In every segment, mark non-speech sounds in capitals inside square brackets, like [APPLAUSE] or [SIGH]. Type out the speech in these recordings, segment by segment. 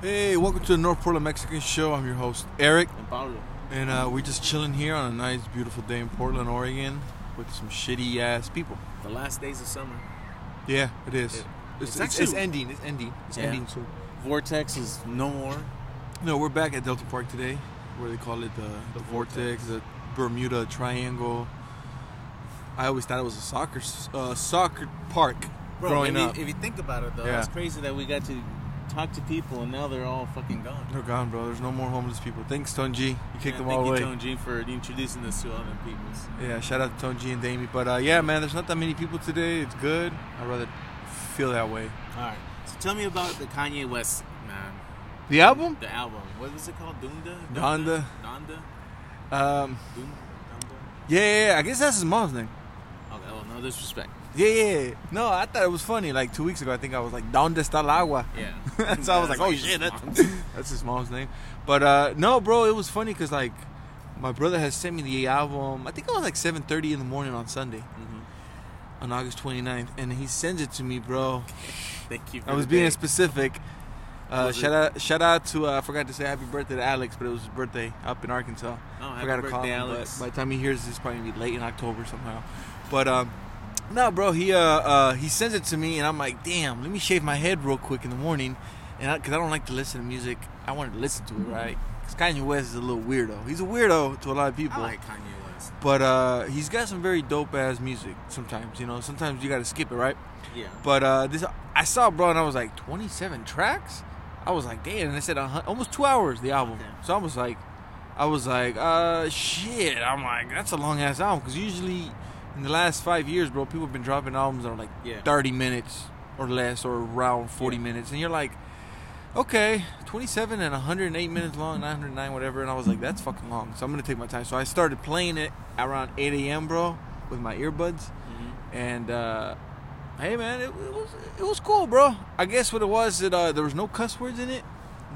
Hey, welcome to the North Portland Mexican Show. I'm your host, Eric, And Pablo. and uh, we're just chilling here on a nice, beautiful day in Portland, Oregon, with some shitty ass people. The last days of summer. Yeah, it is. It- it's, it's it's, actually- it's ending. It's ending. It's Yeah. ending soon. Vortex is no more. No, we're back at Delta Park today, where they call it the, the, vortex, the Bermuda Triangle. I always thought it was a soccer s- uh, soccer park growing if, you- up. if you think about it, though, Yeah. it's crazy that we got to talk to people and now they're all fucking gone. They're gone, bro. There's no more homeless people. Thanks, Tone G. You kicked Yeah, them thank all you, away. Tone G, for introducing us to all them peoples. Yeah, shout out to Tone G and Damie. But uh, yeah, man, there's not that many people today. It's good. I'd rather feel that way. All right. So tell me about the Kanye West man, The album? the album. What was it called? Dunda. Donda. Donda. Um, Dun- Dumba? yeah, yeah, yeah. I guess that's his mom's name. Okay. Well, no disrespect. Yeah, yeah. yeah. No, I thought it was funny. Like two weeks ago, I think I was like, "Donde está el agua?" [LAUGHS] Yeah. Mm-hmm. so I was like, "Oh shit, [LAUGHS] that's that's, [LAUGHS] that's his mom's name." But uh, no, bro, it was funny because like my brother has sent me the album. I think it was like 7:30 in the morning on Sunday, Mhm. on August 29th, and he sends it to me, bro. Thank you. For I was the being day. specific. Uh, Was it- shout out, shout out to uh, I forgot to say happy birthday to Alex, but it was his birthday up in Arkansas. Oh, happy forgot to call birthday, him. but Alex. by the time he hears this, it's probably gonna be late in October somehow. But um, no, bro, he uh, uh he sends it to me, and I'm like, damn, let me shave my head real quick in the morning, and because I, don't like to listen to music, I wanted to listen to it, right? Because Kanye West is a little weirdo. He's a weirdo to a lot of people. I like Kanye West. but uh, he's got some very dope ass music. Sometimes, you know, sometimes you gotta skip it, right? Yeah. But uh, this I saw, bro, and I was like, 27 tracks. I was like, damn. And I said, a hun- almost two hours the album. Okay. So I was like, I was like, uh, shit. I'm like, that's a long ass album because usually in the last five years, bro, people have been dropping albums that are like Yeah. 30 minutes or less or around 40 Yeah. minutes, and you're like. Okay, 27 and 108 minutes long, 909, whatever. And I was like, that's fucking long. So I'm going to take my time. So I started playing it around 8 a.m., bro, with my earbuds Mhm. and uh, hey man it, it was it was cool bro i guess what it was that uh, there was no cuss words in it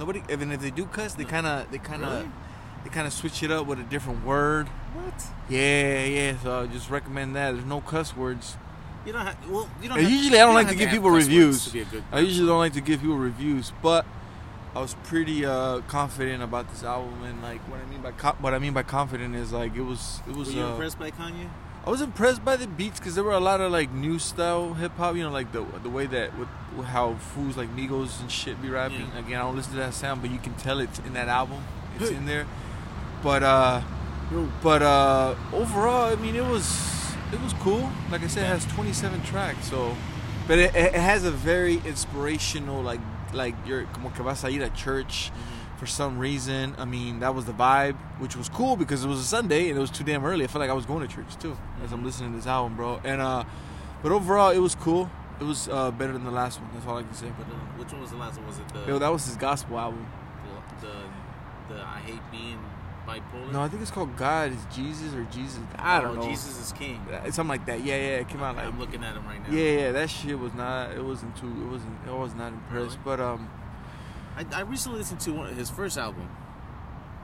nobody even if they do cuss they No. kind of they kind of Really? they kind of switch it up with a different word What? yeah yeah so i just recommend that there's no cuss words You don't have. Well, you don't. And have- usually i don't you like to have give have people cuss words reviews To be a good i usually don't like to give people reviews but i was pretty uh, confident about this album and like what i mean by co- what i mean by confident is like it was it was Were you uh, impressed by Kanye? I was impressed by the beats because there were a lot of like new style hip hop. You know, like the the way that with, with how fools like Migos and shit be rapping. Yeah. Again, I don't listen to that sound, but you can tell it's in that album. It's in there. But uh, but uh, overall, I mean, it was it was cool. Like I said, it has 27 tracks. So, but it, it it has a very inspirational like like you're como que vas a ir a church. Mm-hmm. For some reason, I mean, that was the vibe, which was cool because it was a Sunday and it was too damn early. I felt like I was going to church too as I'm listening to this album, bro. And uh, but overall, it was cool. It was uh, better than the last one. That's all I can say. But uh, which one was the last one? Was it the Yo, that was his gospel album. the, the the I hate being bipolar? No, I think it's called God is Jesus or Jesus. I don't Oh, know. Jesus is king. Uh, Something like that. Yeah, yeah. It came out like I'm looking at him right now. Yeah, yeah, that shit was not. It wasn't too. It wasn't. I was not impressed. Really? But um, I, I recently listened to one, his first album.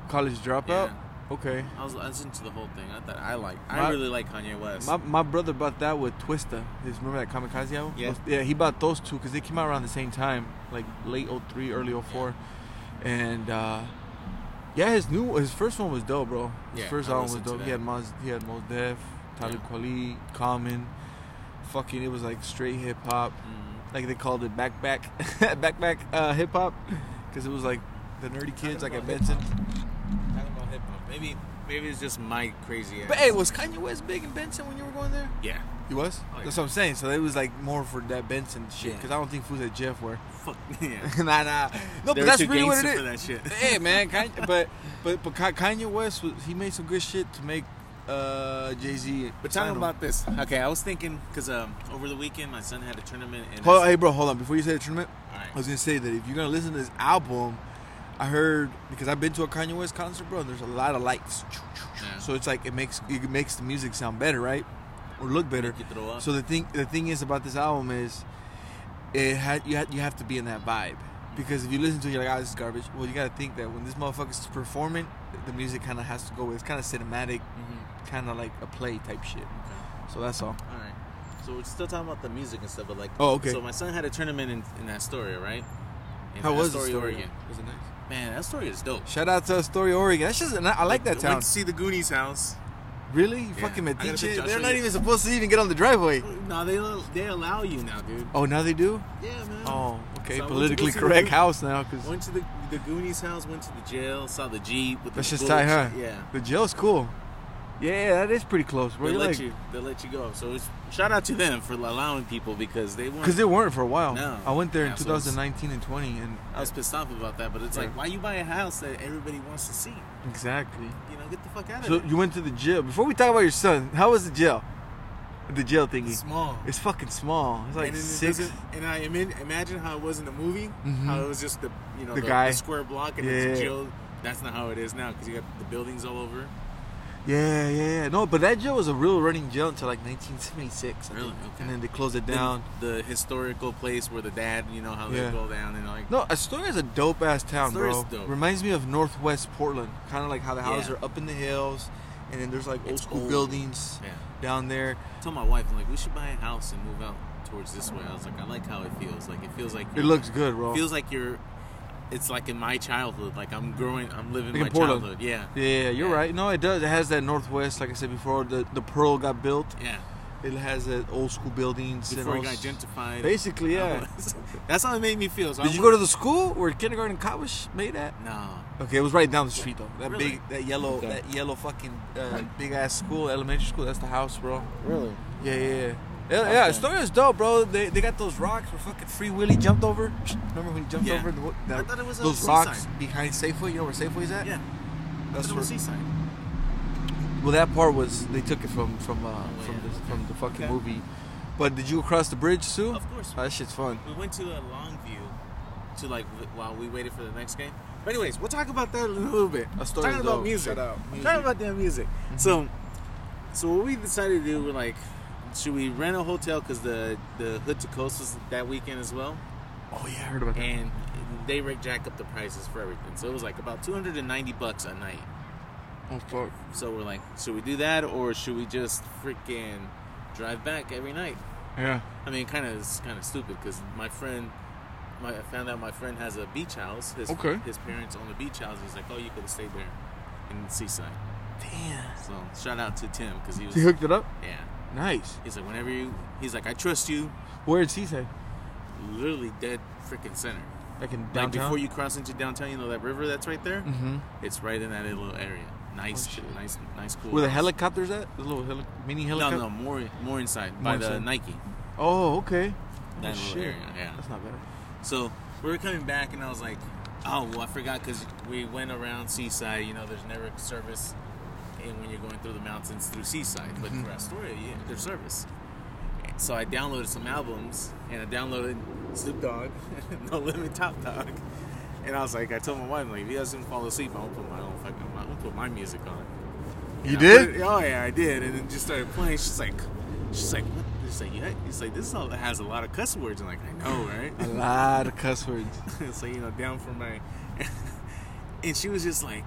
college dropout. Yeah. Okay. I was I listened to the whole thing. I thought I like. My- I really like Kanye West. My, my brother bought that with Twista. His remember that Kamikaze album? Yeah. Yeah, he bought those two because they came out around the same time, like late 03, early 04. and uh, yeah, his new his first one was dope, bro. His Yeah, first I album was listened to dope. He that. had Mos he had Mos Def, Talib Yeah. Kweli, Common. Fucking, it was like straight hip hop. Mhm. like they called it back back [LAUGHS] back back uh, hip hop because it was like the nerdy kids like I about hip mentioned. Talking about hip hop. Maybe maybe it's just my crazy. Ass. But hey, was Kanye West big in Benson when you were going there? yeah. He was. Oh, yeah. That's what I'm saying. So it was like more for that Benson shit Yeah. because I don't think fools at Jeff were. [LAUGHS] Fuck [LAUGHS] yeah. nah, nah. No, but They were that's too really what it gangster is. for that shit. [LAUGHS] hey man, [LAUGHS] Kanye, but but but Ka- Kanye West was, he made some good shit to make uh, Jay Z. But talking about this, okay, I was thinking because um, over the weekend my son had a tournament and Hold, hey bro, hold on. Before you say the tournament, All right. I was gonna say that if you're gonna listen to this album, I heard because I've been to a Kanye West concert, bro. And there's a lot of lights, Yeah. so it's like it makes it makes the music sound better, right, or look better. Make you throw up. So the thing the thing is about this album is it had you had you have to be in that vibe because if you listen to it, you're like, ah, this is garbage. Well, you gotta think that when this motherfucker's performing, the music kind of has to go with. It's kind of cinematic, Mhm. kind of like a play type shit. Okay. So that's all. All right. So we're still talking about the music and stuff, but like, Oh, okay. So my son had a tournament in, in Astoria, right? in How was Astoria, Astoria, Oregon. Was it nice? Man, that story is dope. Shout out to Astoria, Oregon. That's just, and I I like that town. Went to see the Goonies house. Really? You Yeah. Fucking I gotta put Medici? Joshua They're not in. even supposed to even get on the driveway. No, they they allow you now, dude. Oh, now they do? Yeah, man. Oh, okay. So I went to Politically go see the correct Goonies. house now, because Went to the the Goonies house. Went to the jail. Saw the jeep. With that's the just tight, huh? bullets. Yeah. The jail's cool. Yeah, that is pretty close, bro. They You're let like- you. They let you go. So it's, shout out to them for allowing people because they weren't. Because they weren't for a while. No. I went there in Yeah, so it's- 2019 and 20, and I was pissed off about that, but it's Yeah. like, why you buy a house that everybody wants to see? exactly. You know, get the fuck out of So here. you went to the jail. Before we talk about your son, how was the jail? The jail thingy. It's small. It's fucking small. It's like and, it six. doesn't- and I ima- imagine how it was in the movie, Mhm. how it was just the you know The the, guy. the square block and Yeah. it's jail. That's not how it is now because you got the buildings all over. Yeah, yeah, yeah. No, but that jail was a real running jail until like 1976. I Really? think. Okay. And then they closed it Then down. the historical place where the dad, you know how they Yeah. go down and like. No, Astoria's a dope ass town, Astoria's bro. dope. Reminds me of Northwest Portland. Kind of like how the Yeah. houses are up in the hills, and then there's like old It's school old. buildings Yeah. down there. I told my wife, I'm like, we should buy a house and move out towards this way. I was like, I like how it feels. Like it feels like It looks good, bro. feels like you're. It's like in my childhood. Like I'm growing. I'm living Like in my Portland. childhood. Yeah. yeah, you're Yeah. right. No, it does. It has that Northwest, like I said before. The the Pearl got built. Yeah. It has that old school buildings. and Before it all got s- gentrified. [LAUGHS] Basically, yeah. That's how it made me feel. So Did I you go went- to the school where kindergarten college made at? No. Okay, it was right down the street though. That Really? big, that yellow, Okay. that yellow fucking uh, big ass school, elementary school. That's the house, bro. Really? Yeah, yeah, yeah. Yeah, yeah Okay. Astoria's dope, bro. They, they got those rocks where fucking Free Willy jumped over. Remember when he jumped Yeah. over the, wo- that, I thought it was on those the rocks seaside. behind Safeway? You know where Safeway's at? Yeah. that's Little where. seaside. Well, that part was they took it from from uh, from Oh, yeah. the from the fucking Okay. movie. But did you cross the bridge too? Of course. Oh, that shit's fun. We went to a Longview to like w- while we waited for the next game. But anyways, we'll talk about that in a little bit. A story talking though. about music. Shout out. Music. Mm-hmm. Talking about that music. So, so what we decided to do, we're like, should we rent a hotel because the the Hood to Coast was that weekend as well, Oh yeah, I heard about that. and they ra- jack up the prices for everything. So it was like about two hundred and ninety bucks a night. oh fuck. So we're like, should we do that or should we just freaking drive back every night? Yeah. I mean, kind of it's kind of stupid because my friend, my, I found out my friend has a beach house. His, Okay. His parents own a beach house. He's like, oh, you could have stayed there in Seaside. Damn. So shout out to Tim because he was. He hooked it up. yeah. Nice. He's like, whenever you, he's like, I trust you. Where's he say? Literally dead freaking center. Like in Like downtown. before you cross into downtown, you know that river that's right there. hmm It's right in that little area. Nice, Oh, shit. nice, nice, cool. Where the house. helicopters at? The little heli- mini No, helicopter. no, more, more inside by More the inside. Nike. Oh, okay. That oh, little shit. area, yeah. That's not bad. So we were coming back, and I was like, "Oh, well, I forgot because we went around Seaside. You know, there's never service, and when you're going through the mountains through Seaside, but for Astoria, yeah, there's service." So I downloaded some albums, and I downloaded Snoop Dogg, [LAUGHS] No Limit, Top Dog, and I was like, I told my wife, like, if he doesn't fall asleep, I'm gonna put my own fucking, I'm gonna put my music on. You And I did? put it- oh yeah, I did. And then just started playing. She's like, she's like, what? She's like, yeah. He's like, this all has a lot of cuss words. I'm like, I know, right? [LAUGHS] [LAUGHS] A lot of cuss words. so you know, down for my. [LAUGHS] and she was just like,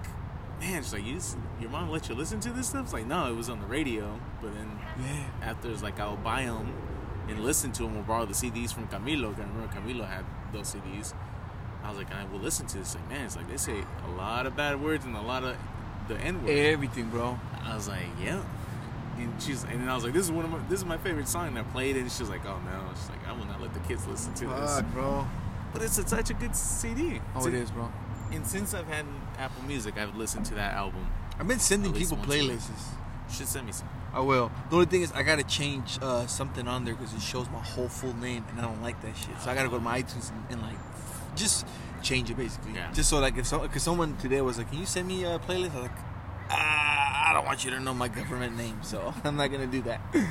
"Man, she's like, you, just- your mom let you listen to this stuff?" It's like, no, it was on the radio. But then Yeah. after it's like, I'll buy them and listen to them or borrow the CDs from Camilo. 'cause I remember Camilo had those CDs. I was like, I will listen to this. Like, man, it's like they say a lot of bad words and a lot of the N word. Everything, bro. I was like, yeah. And she's and then I was like, this is one of my this is my favorite song. And I played it, and she's like, oh no, she's like, I will not let the kids listen to this. bro. But it's a, such a good CD. Oh, it is, bro. And since I've had Apple Music, I've listened to that album. I've been sending At least people once a week. playlists. Should send me some. I will. The only thing is, I gotta change uh, something on there because it shows my whole full name, and I don't like that shit. So I gotta go to my iTunes and, and like just change it basically. Yeah. Just so like if so, cause someone today was like, "Can you send me a playlist?" I was like, ah, I don't want you to know my government name, so [LAUGHS] I'm not gonna do that. Do-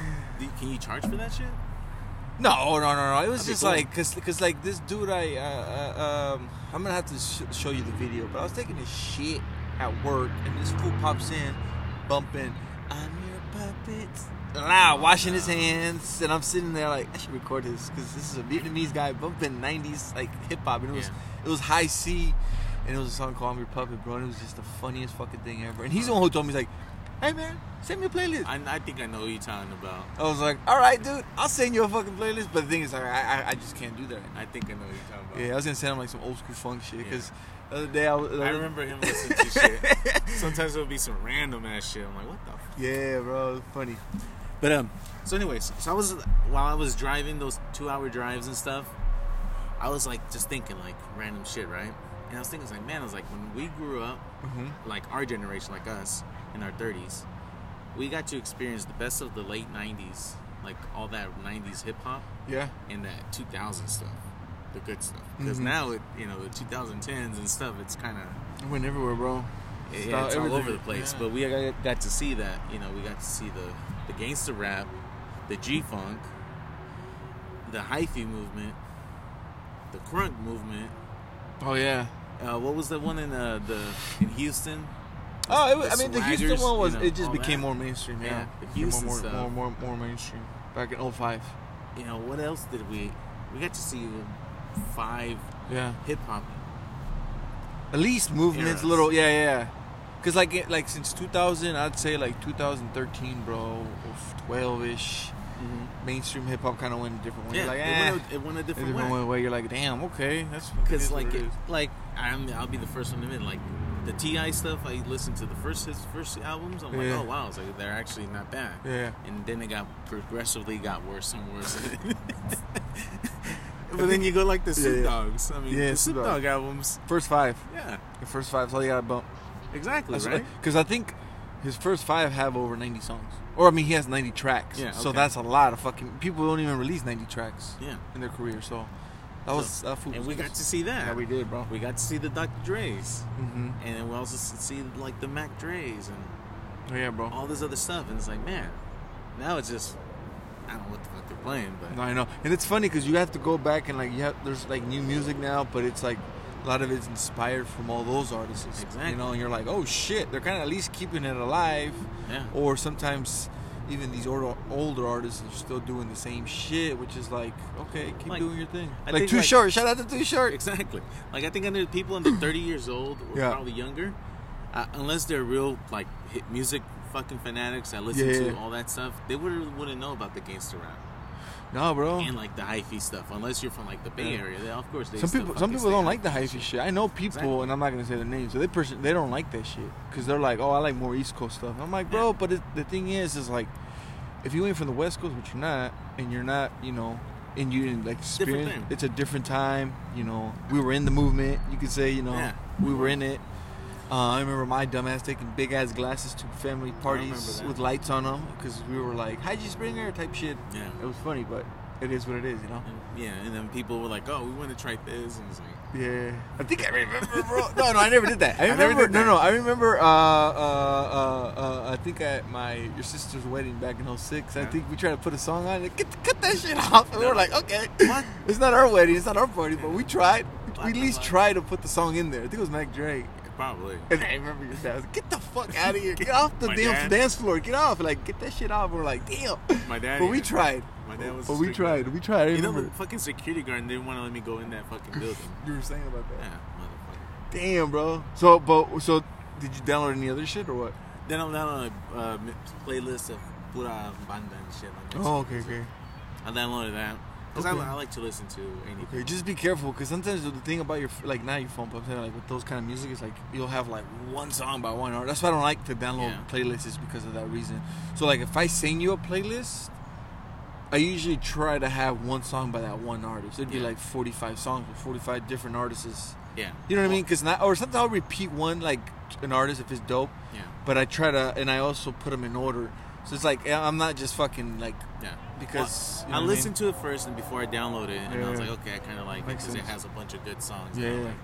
Can you charge for that shit? No, no, no, no. It was That'd be just cool. like, cause, cause like this dude, I, uh, uh, um, I'm gonna have to sh- show you the video, but I was taking a shit at work, and this fool pops in, bumping, "I'm your puppet," loud, washing his hands, and I'm sitting there like, I should record this, cause this is a Vietnamese guy bumping '90s like hip hop, and it was, it was high C, and it was a song called "I'm Your Puppet," bro, and it was just the funniest fucking thing ever. And he's the one who told me he's like, hey man, send me a playlist. I, I think I know who you're talking about. I was like, all right, dude, I'll send you a fucking playlist. But the thing is, like, I, I, I just can't do that. I think I know who you're talking about. Yeah, I was gonna send him like some old school funk shit Yeah. because the other day I was. I remember him listening to shit. [LAUGHS] Sometimes it'll be some random ass shit. I'm like, what the? F-? Yeah, bro, it was funny. But um, so anyways, so I was while I was driving those two hour drives and stuff, I was like just thinking like random shit, right? And I was thinking, I was like, man, I was like, when we grew up, Mhm. like our generation, like us in our 30s, we got to experience the best of the late 90s, like all that 90s hip hop Yeah, and that 2000 stuff, the good stuff. Because Mhm. now it, you know, the 2010s and stuff, it's kind of I went everywhere, bro. yeah, Style, it's all everything. over the place. Yeah. But we got, got to see that. You know, we got to see the the gangster rap, the G funk, the hyphy movement, the crunk movement. Oh yeah. Uh, what was the one in uh, the in Houston? Oh, it was, The I mean, the Swaggers, Houston one was. you know, it just all became that. more mainstream. Yeah, Oh, Yeah, It the uh, became Houston more, more, stuff. more, more, more mainstream. Back oh in 05. You know, what else did we? We got to see five Yeah. hip hop. At least movements, Eras. little. Yeah, yeah. Cause like it- like since 2000, I'd say like 2013, bro, 12 ish. Mainstream hip hop kind of went a different way. Yeah, You're like, eh, Mm-hmm. it, went a, it went a a different, different way. way. You're like, damn, okay, that's it is Because what like it it, is. like I'm, I'll be the first one to admit like the Ti stuff. I listened to the first his first albums. I'm Yeah. like, oh wow, it's like they're actually not bad. yeah. and then it got progressively got worse and worse. [LAUGHS] but then you go like the Snoop Yeah, yeah. Dogs. I mean, Yeah, the Snoop Snoop Dogg. Dogg albums. First five, Yeah, the first five's all you gotta bump. exactly. right. Because I think his first five have over 90 songs. Or, I mean, he has 90 tracks. Yeah, So okay. that's a lot of fucking. People don't even release 90 tracks yeah, in their career. So that was. That food and was we good. got to see that. Yeah, we did, bro. We got to see the Dr. Dre's, Mm-hmm. and then we also s- see like the Mac Dre's and Oh, yeah, bro. all this other stuff. And it's like, man, now it's just I don't know what the fuck they're playing, but No, I know. And it's funny because you have to go back and, like, you have, there's, like, new music now, but it's, like, a lot of it's inspired from all those artists. Exactly. You know, and you're like, oh, shit. They're kind of at least keeping it alive. yeah, Or sometimes. Even these older, older artists are still doing the same shit, which is like, okay, keep Like, doing your thing. I like think, too like- short. Shout out to too short. Exactly. Like I think under people under [CLEARS THROAT] 30 years old or Yeah. probably younger, uh, unless they're real like hit music fucking fanatics that listen Yeah, to yeah. all that stuff, they would wouldn't know about the gangster rap No, bro. and like the hyphy stuff. Unless you're from like the Bay Oh. Yeah. Area, they, of course. They some still people, some fucking people don't stay like the hyphy shit. I know people, Exactly. and I'm not gonna say their names. So they person, they don't like that shit because they're like, oh, I like more East Coast stuff. I'm like, bro, but it, the thing is, is like, if you ain't from the West Coast, which you're not, and you're not, you know, and you didn't like different experience, thing. it's a different time. You know, we were in the movement. You could say, you know, Yeah. we were in it. Uh, I remember my dumbass taking big ass glasses to family parties that. with lights on them because we were like, "How'd you spring her?" type shit. Yeah. It was funny, but it is what it is, you know. And, yeah, and then people were like, "Oh, we want to try this," and it's like, Yeah, I think I remember, bro. [LAUGHS] No, no, I never did that. I I never remember. did no, that. no, I remember. Uh, uh, uh, uh, I think at my your sister's wedding back in 06, I Yeah. think we tried to put a song on it. Get, cut that shit off, and we No. were like, okay, [LAUGHS] "What?" it's not our wedding, it's not our party, but we tried. We Fuck, at least fuck. tried to put the song in there. I think it was Mac Drake. Probably. And I remember your dad was like, "Get the fuck out of here! Get off the My damn dad. dance floor! Get off! Like, get that shit off!" We're like, "Damn!" My dad. But we yeah. tried. My dad was. a But we strict- tried. We tried. I You know, remember the fucking security guard didn't want to let me go in that [LAUGHS] fucking building. you were saying about that. yeah, motherfucker. Damn, bro. So, but so, did you download any other shit or what? Then I'm down on a uh, mi- playlist of pura banda and shit like that. Oh, okay, okay, I downloaded that because Okay. I, I like to listen to anything. okay. Just be careful, cause sometimes the thing about your like not your phone, but I'm saying like with those kind of music, it's like you'll have like one song by one artist. That's why I don't like to download Yeah. playlists, is because of that reason. So, like if I send you a playlist, I usually try to have one song by that one artist. It'd be Yeah. like 45 songs with 45 different artists. Yeah, You know what I mean? Cause not or sometimes I'll repeat one like an artist if it's dope. yeah, but I try to, and I also put them in order. So it's like I'm not just fucking like yeah. because I listened to it first and before I downloaded it, and I was Yeah. like, okay, I kind of like Makes because it sense. has a bunch of good songs. Yeah, that I yeah. like,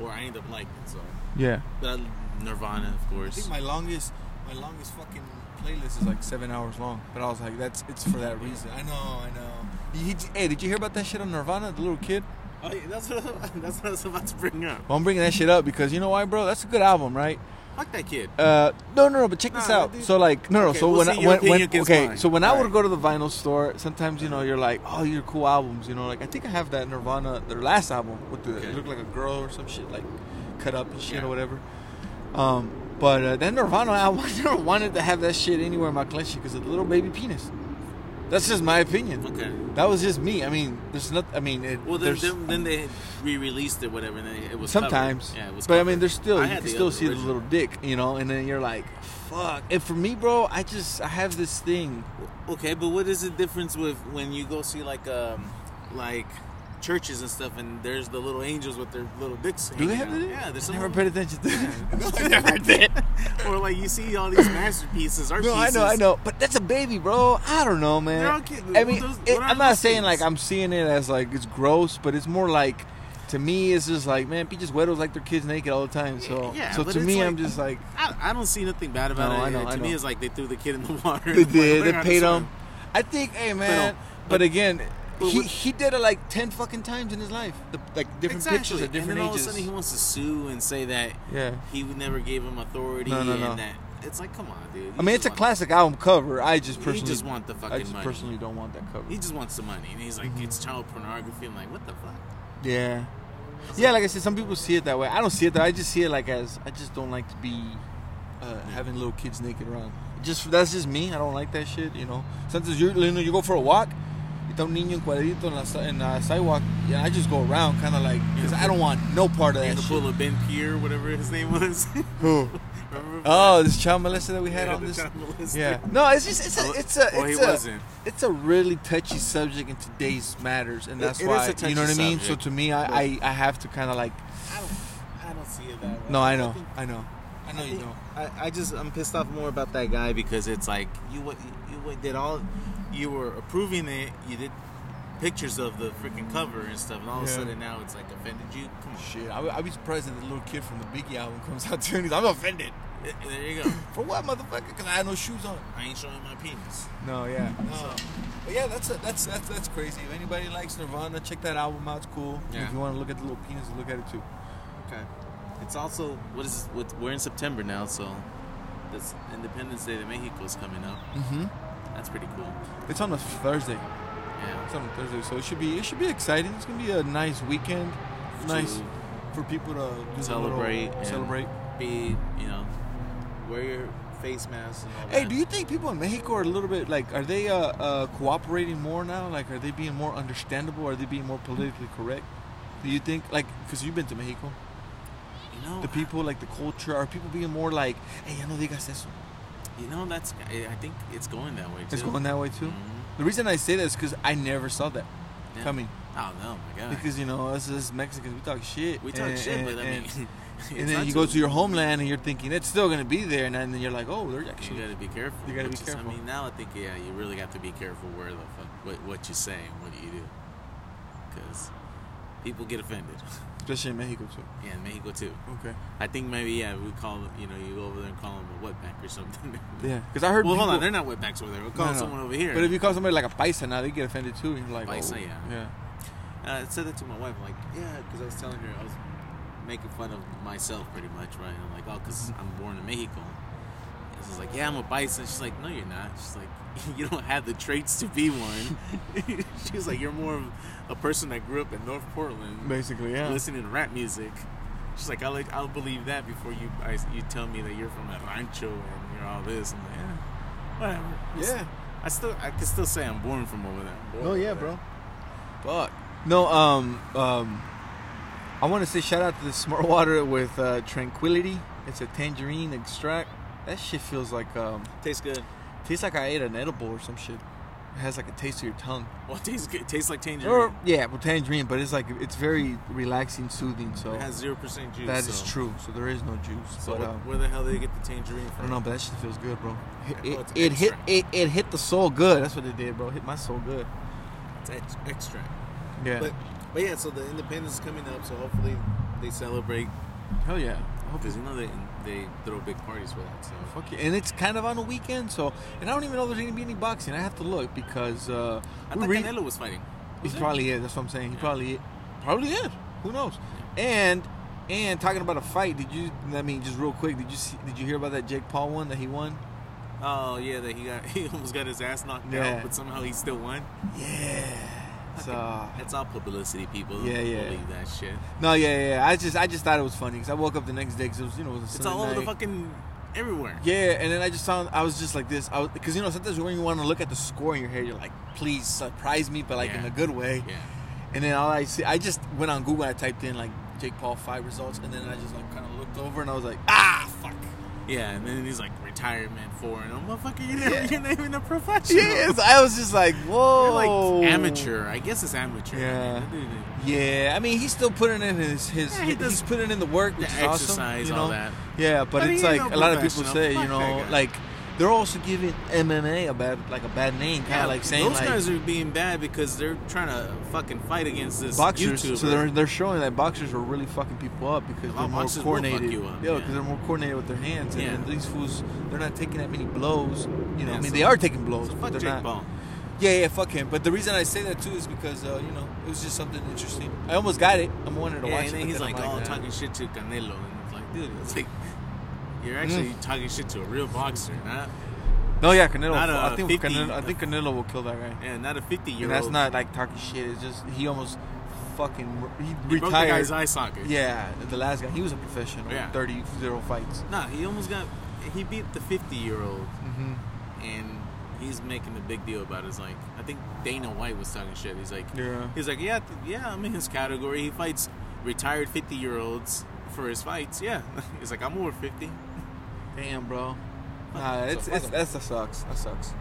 Or I end up liking so. Yeah, But I, Nirvana, of I think course. my longest, my longest fucking playlist is like seven hours long. But I was like, that's it's for that reason. I know, I know. He- he- hey, did you hear about that shit on Nirvana, the little kid? Oh, yeah, that's what [LAUGHS] that's what I was about to bring up. Well, I'm bringing that shit up because you know why, bro? That's a good album, right? Fuck that kid. Uh, no, no, no. But check this Nah, out. dude. So like, no, no. Okay, so we'll when, see I, your when, when opinion against okay, mine. so when I would Alright. go to the vinyl store, sometimes you know you're like, oh, you're cool albums. You know, like I think I have that Nirvana, their last album with the Okay. it looked like a girl or some shit, like cut up and shit Yeah. or whatever. Um, But uh, that Nirvana [LAUGHS] album, I never wanted to have that shit anywhere in my collection because of the little baby penis. That's just my opinion. Okay. That was just me. I mean, there's not. I mean, it, Well, then, there's then, then they re-released it, whatever, and then it was covered. sometimes. Yeah, it was. but I covered. mean, there's still I you had can the still other see the version. little dick, you know. And then you're like, fuck. And for me, bro, I just I have this thing. Okay, but what is the difference with when you go see like um like churches and stuff, and there's the little angels with their little dicks? Do they hanging have out? it? Yeah, there's I some. never paid attention to. that. [LAUGHS] no, I never did. or like you see all these masterpieces. [LAUGHS] Art No, I pieces. know, I know, but that's a baby, bro. I don't know, man. They're all cute. I mean, What those- it, what are I'm not those saying things? like I'm seeing it as like it's gross, but it's more like to me, it's just like man, peaches weddles like their kids naked all the time. So, Yeah, so but to it's me, like- I'm just [LAUGHS] like I, I don't see nothing bad about No, it. I know, to I me, know. it's like they threw the kid in the [LAUGHS] they water. and like, did, "We're they gonna paid swim." him. I think, hey man, him. but, But- again, but he what- he did it like ten fucking times in his life, the, like different pictures at different and then ages. all of a sudden he wants to sue and say that Yeah. he would never gave him authority No, no, no. and that it's like come on dude. I mean, it's a classic album cover. I just He personally just want the fucking I just Mm-hmm. money. personally don't want that cover. He just wants the money and he's like it's child pornography. I'm like what the fuck? Yeah. Yeah, like I said, some people see it that way. I don't see it that. I just see it like as I just don't like to be uh, having little kids naked around. Just that's just me. I don't like that shit. You know. Sometimes you you know you go for a walk, you throw niño en cuadrito en la, si- en la sidewalk. Yeah, I just go around kind of like because I don't want no part of And that the shit. pull of Ben Pierre, whatever his name was. [LAUGHS] Who? Remember? Oh, this child molester that we had Yeah, on the this. child molester. Yeah. No, it's just it's a it's a Well, he it's a, wasn't. it's a really touchy subject in today's matters, and It- that's it is why a touchy you know what I mean. So subject, to me, I I, I have to kind of like I don't, I don't see it that way. No, I know, think- I know, I know you think- don't. I, I just I'm pissed off more about that guy because it's like you wa- you wa- did all you were approving it. You did pictures of the freaking cover and stuff, and all of a Yeah. sudden now it's like offended you. Come on, Shit, I, I'd be surprised if the little kid from the Biggie album comes out too. and he's, I'm offended Eh, there you go. for what, motherfucker? Because I had no shoes on. I ain't showing my penis. No, yeah. Oh. but yeah, that's a, that's that's that's crazy. If anybody likes Nirvana, check that album out. It's cool. And Yeah. If you want to look at the little penis, look at it too. Okay. It's also what is what we're in September now, so this Independence Day de Mexico is coming up. Mm-hmm. That's pretty cool. It's on a Thursday. Yeah. It's on a Thursday, so it should be it should be exciting. It's gonna be a nice weekend. Nice To for people to do a little- Celebrate and- celebrate. be you know wear your face mask. And all Hey, that. do you think people in Mexico are a little bit like, are they uh, uh, cooperating more now? Like, are they being more understandable? Are they being more politically correct? Do you think, like, because you've been to Mexico, you know the people, like the culture, are people being more like, hey, ya no digas eso? You know, that's. I I think it's going that way too. It's going that way too? Mhm. The reason I say that is because I never saw that Yeah. coming. Oh no, my God. Because, you know, us as Mexicans, we talk shit. we talk and- shit, and- but I and- [LAUGHS] mean, [LAUGHS] it's and then not you go too- to your homeland and you're thinking, it's still going to be there. And then you're like, oh, they're You actually. gotta be careful. You gotta be which is- careful. I mean, now I think yeah, you really got to be careful where the fuck what, what you say and what you do, because people get offended. Especially in Mexico too. Yeah, in Mexico too. Okay. I think maybe yeah, we call you know you go over there and call them a wetback or something. [LAUGHS] Yeah. Because I heard well, hold people- on, they're not wetbacks over there. We'll No, call no. someone over here. But if you call somebody like a paisa now, they get offended too. And you're like, Paisa, oh, yeah. Uh, I said that to my wife. I'm like, yeah, because I was telling her I was making fun of myself pretty much, right? I'm like, oh, because I'm born in Mexico. And she's like, yeah, I'm a bison. She's like, no, you're not. She's like, [LAUGHS] you don't have the traits to be one. [LAUGHS] she's like, you're more of a person that grew up in North Portland, Basically, yeah. listening to rap music. She's like, I'll, like, I'll believe that before you I, you tell me that you're from a rancho and you're all this. I'm like, yeah, whatever. It's- Yeah. I still, I can still say I'm born from over there. I'm born Oh over yeah, there. bro. Fuck. No, um, um, I want to say shout out to the Smart Water with uh, Tranquility. It's a tangerine extract. That shit feels like um, Tastes good. tastes like I ate an edible or some shit. It has like a taste of your tongue. Well, it tastes good. It tastes like tangerine. Or yeah, well, tangerine, but it's like it's very relaxing, soothing. So it has zero percent juice. that is so. true. So there is no juice. So but, what- um, where the hell do they get the tangerine I from? don't know, but that shit feels good, bro. It, Well, it, it's it hit extract. it, it hit the soul good. That's what it did, bro. It hit my soul good. It's ex- extract. Yeah. But but yeah, so the independence is coming up. So hopefully they celebrate Hell yeah. because Oh, you know they they throw big parties for that. So Fuck yeah. And it's kind of on a weekend, so and I don't even know there's gonna be any boxing. I have to look because uh I we thought re- Canelo was fighting. he Was it? probably is, that's what I'm saying. He probably probably is. Who knows? And and talking about a fight, did you I mean just real quick, did you see did you hear about that Jake Paul one that he won? [LAUGHS] Oh yeah, that he got he almost got his ass knocked Yeah. out, but somehow he still won. Yeah. So It's all publicity, people. Yeah, Don't yeah. Believe that shit. uh, no, yeah, yeah, yeah. I just I just thought it was funny because I woke up the next day because it was you know it was a It's Sunday all over the night. fucking everywhere. Yeah, and then I just found I was just like this. I was because you know sometimes when you want to look at the score in your head, you're like, please surprise me, but like in Yeah. a good way. Yeah. And then all I see, I just went on Google and I typed in like Jake Paul fight results, and then I just like kind of looked over and I was like, ah, fuck. Yeah, and then he's like retirement foreign. Oh motherfucker, you're, never, Yeah. you're not even a professional. Yes, I was just like, You're whoa, like amateur. I guess it's amateur. Yeah. Yeah, I mean he's still putting in his his Yeah, he he's does putting in the work, The which is awesome, exercise, you know? all that. Yeah, but, But it's he ain't like no a lot of people professional. say, you Fuck that know, guy. like they're also giving MMA a bad like a bad name, kind of Yeah, like saying those like guys are being bad because they're trying to fucking fight against this boxers. YouTuber. So they're they're showing that boxers are really fucking people up because lot they're of more boxers will coordinated. fuck you up, yeah, yeah. because they're more coordinated with their hands, and, Yeah. and these fools they're not taking that many blows. You know, Yeah, I mean so- they are taking blows, so but fuck they're Jake not. Paul. Yeah, yeah, fuck him. But the reason I say that too is because uh, you know it was just something interesting. I almost got it. I wanted to Yeah, watch and it. then but he's then like, I'm oh, nah. talking shit to Canelo, and it's like, dude, it's like [LAUGHS] you're Mm. actually talking shit to a real boxer, not No, yeah, Canelo. Not a I think 50 Canelo. I think Canelo will kill that guy. yeah, not a fifty year And old. that's not like talking shit. It's just he almost fucking he, he broke the retired. guy's eye socket. Yeah, the last guy. He was a professional. Yeah. 30 zero fights. Nah, he almost got. He beat the 50 year old, Mm-hmm. and he's making a big deal about it. It's like, I think Dana White was talking shit. He's like, Yeah. he's like, yeah, th- yeah, I'm in his category. He fights retired 50 year olds for his fights. Yeah. [LAUGHS] he's like, I'm over 50. Damn, bro. Nah, it's, it's that's, that sucks. That sucks.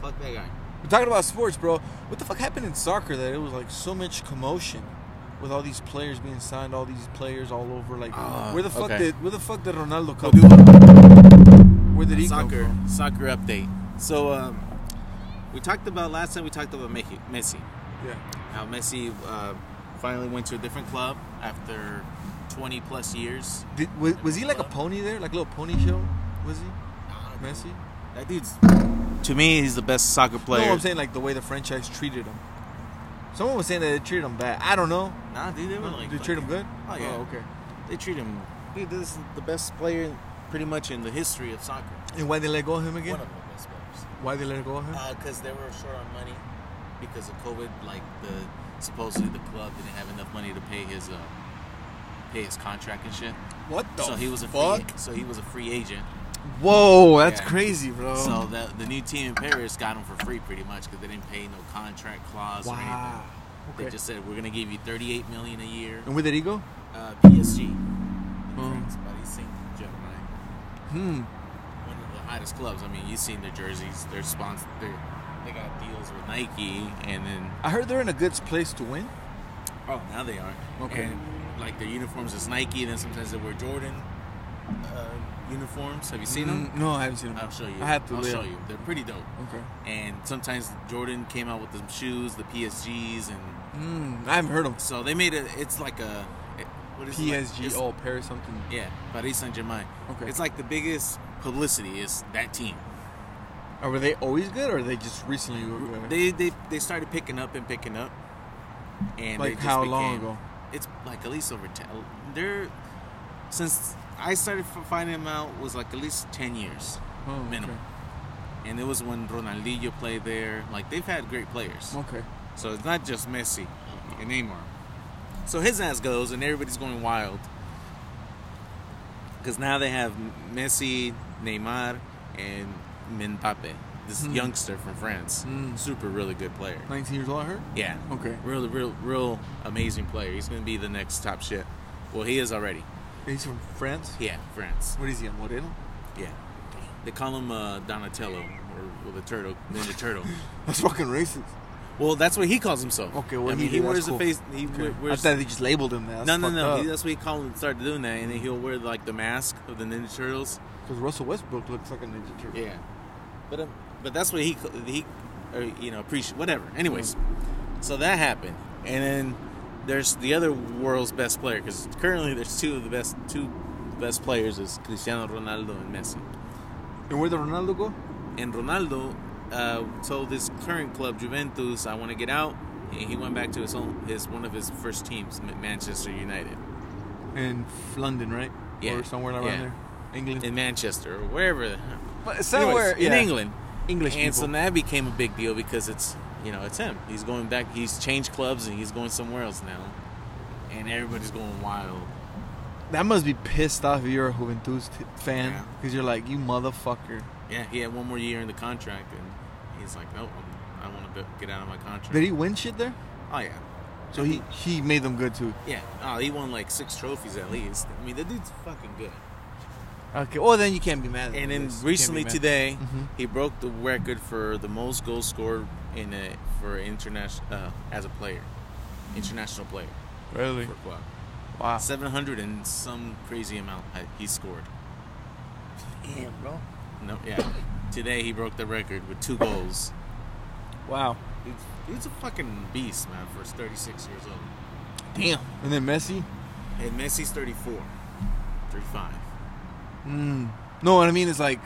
Fuck that guy. We're talking about sports, bro. What the fuck happened in soccer that it was like so much commotion with all these players being signed, all these players all over? Like, Ah, where the fuck okay. did where the fuck did Ronaldo come? dude. from? Where did he soccer, come soccer update. So, um, we talked about last time. We talked about Messi. Messi. from? Yeah. How Messi uh, finally went to a different club after 20 plus years. Did, was, was he like a pony there, like a little pony show? Was he Messi? That dude's. To me, he's the best soccer player. No, I'm saying like the way the franchise treated him. Someone was saying that they treated him bad. I don't know. nah, dude, they were like. they treat him good. Oh, yeah. okay. They treat him. Dude, this is the best player, pretty much in the history of soccer. And why they let go of him again? One of Uh, the best players. Why they let go of him? Because they were short on money because of COVID. Like the supposedly the club didn't have enough money to pay his uh, pay his contract and shit. What the? so he was a fuck. free, so he was a free agent. Whoa, that's Yeah. crazy, bro. So the the new team in Paris got him for free pretty much because they didn't pay no contract clause or anything. wow. Mm. They just said we're gonna give you 38 million a year. and where did he go? Uh, PSG, in Oh. France, buddy, Saint Germain. Hmm. one of the hottest clubs. I mean, you've seen their jerseys. They're sponsored. They're, they got deals with Nike, and then I heard they're in a good place to win. oh, now they are. Okay. And, like their uniforms is Nike, and then sometimes they wear Jordan uh, uniforms. Have you seen them? Mm, No, I haven't seen him. I'll show you. I have to. I'll yeah. show you. They're pretty dope. Okay. And sometimes Jordan came out with the shoes, the PSGs, and Mm, I haven't heard him. so they made it. It's like a it- what is it like? PSG, It's- oh Paris something. yeah, Paris Saint Germain. Okay. It's like the biggest publicity is that team. Or were they always good, or they just recently? were- They they they started picking up and picking up. And they like just how long became- ago? It's like at least over ten. They're since I started f- finding them out was like at least ten years, Oh, minimum. and it was when Ronaldinho played there. Like they've had great players, Okay. okay. so it's not just Messi and Neymar. So his ass goes, and everybody's going wild because now they have Messi, Neymar, and Mbappe. This Hmm. youngster from France, Hmm. super really good player. 19 years old, I heard. Yeah. Okay. Real, real, real amazing player. He's gonna be the next top shit. Well, he is already. He's from France. Yeah, France. What is he? A Moreno? [LAUGHS] Yeah. They call him uh, Donatello or, or the turtle, Ninja Turtle. [LAUGHS] That's fucking racist. Well, that's what he calls himself. Okay, well, I mean, he- he, that's wears cool. a face. He we- I wears. thought they just labeled him that. no, no, no. He, that's what he called him. Started doing that, and then he'll wear like the mask of the Ninja Turtles. Because Russell Westbrook looks like a Ninja Turtle. Yeah. But um, but that's what he ca- he, or, you know, appreciate whatever. Anyways, so that happened, and then there's the other world's best player because currently there's two of the best two best players is Cristiano Ronaldo and Messi. And where did Ronaldo go? And Ronaldo uh, told his current club Juventus, "I want to get out," and he went back to his home his one of his first teams, Ma- Manchester United, In London, right? Yeah. Or somewhere around Yeah. there. England. in Manchester or wherever, But Anyways, in England. English and so that became a big deal because it's you know, it's him. He's going back. He's changed clubs and he's going somewhere else now. And everybody's going wild. That must be pissed off if you're a Juventus t- fan Yeah. because you're like, you motherfucker. Yeah, he had one more year in the contract, and he's like, nope, I'm, I want to get out of my contract. Did he win shit there? oh yeah, So he he made them good too. yeah. Oh, he won like six trophies at least. I mean, the dude's fucking good. Okay. Well, then you can't be mad. At him. And then You can't be recently mad. today, Mhm. he broke the record for the most goals scored in a for international uh, as a player, international player Really? for Guam. Wow. Seven hundred and some crazy amount uh, he scored. Damn, bro. No, yeah. Today he broke the record with two goals. Wow. He's, he's a fucking beast, man. For 36 years old, Damn. And then Messi. and Messi's Oh, 34, 35. Mm. No, what I mean is like,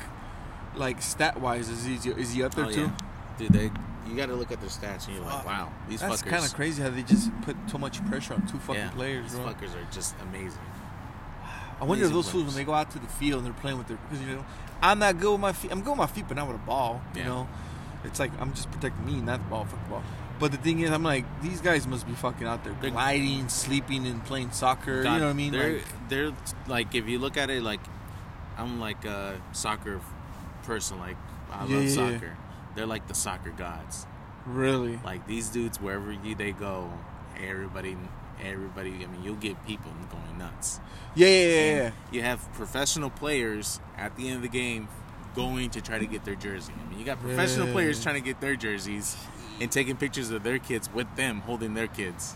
like stat wise, is he is he up there Oh, too? yeah. dude. They you got to look at their stats and you're like, Fuck. wow, these That's fuckers. kind of crazy how they just put so much pressure on two fucking yeah, players, These bro. fuckers are just amazing. I wonder if amazing those fools when players. they go out to the field and they're playing with their because you know I'm not good with my feet. I'm good with my feet, but not with a ball. You Yeah. know, it's like I'm just protecting me, not the ball. Fuck the ball. But the thing is, I'm like these guys must be fucking out there They're- gliding, sleeping, and playing soccer. God, you know what I mean? They're Like, they're like if you look at it like I'm like a soccer person. Like I Yeah, love yeah, yeah. soccer. They're like the soccer gods. really? Like these dudes, wherever you, they go, everybody, everybody. I mean, you'll get people going nuts. Yeah, yeah, yeah. yeah. And You have professional players at the end of the game going to try to get their jersey. I mean, you got professional Yeah. players trying to get their jerseys and taking pictures of their kids with them holding their kids.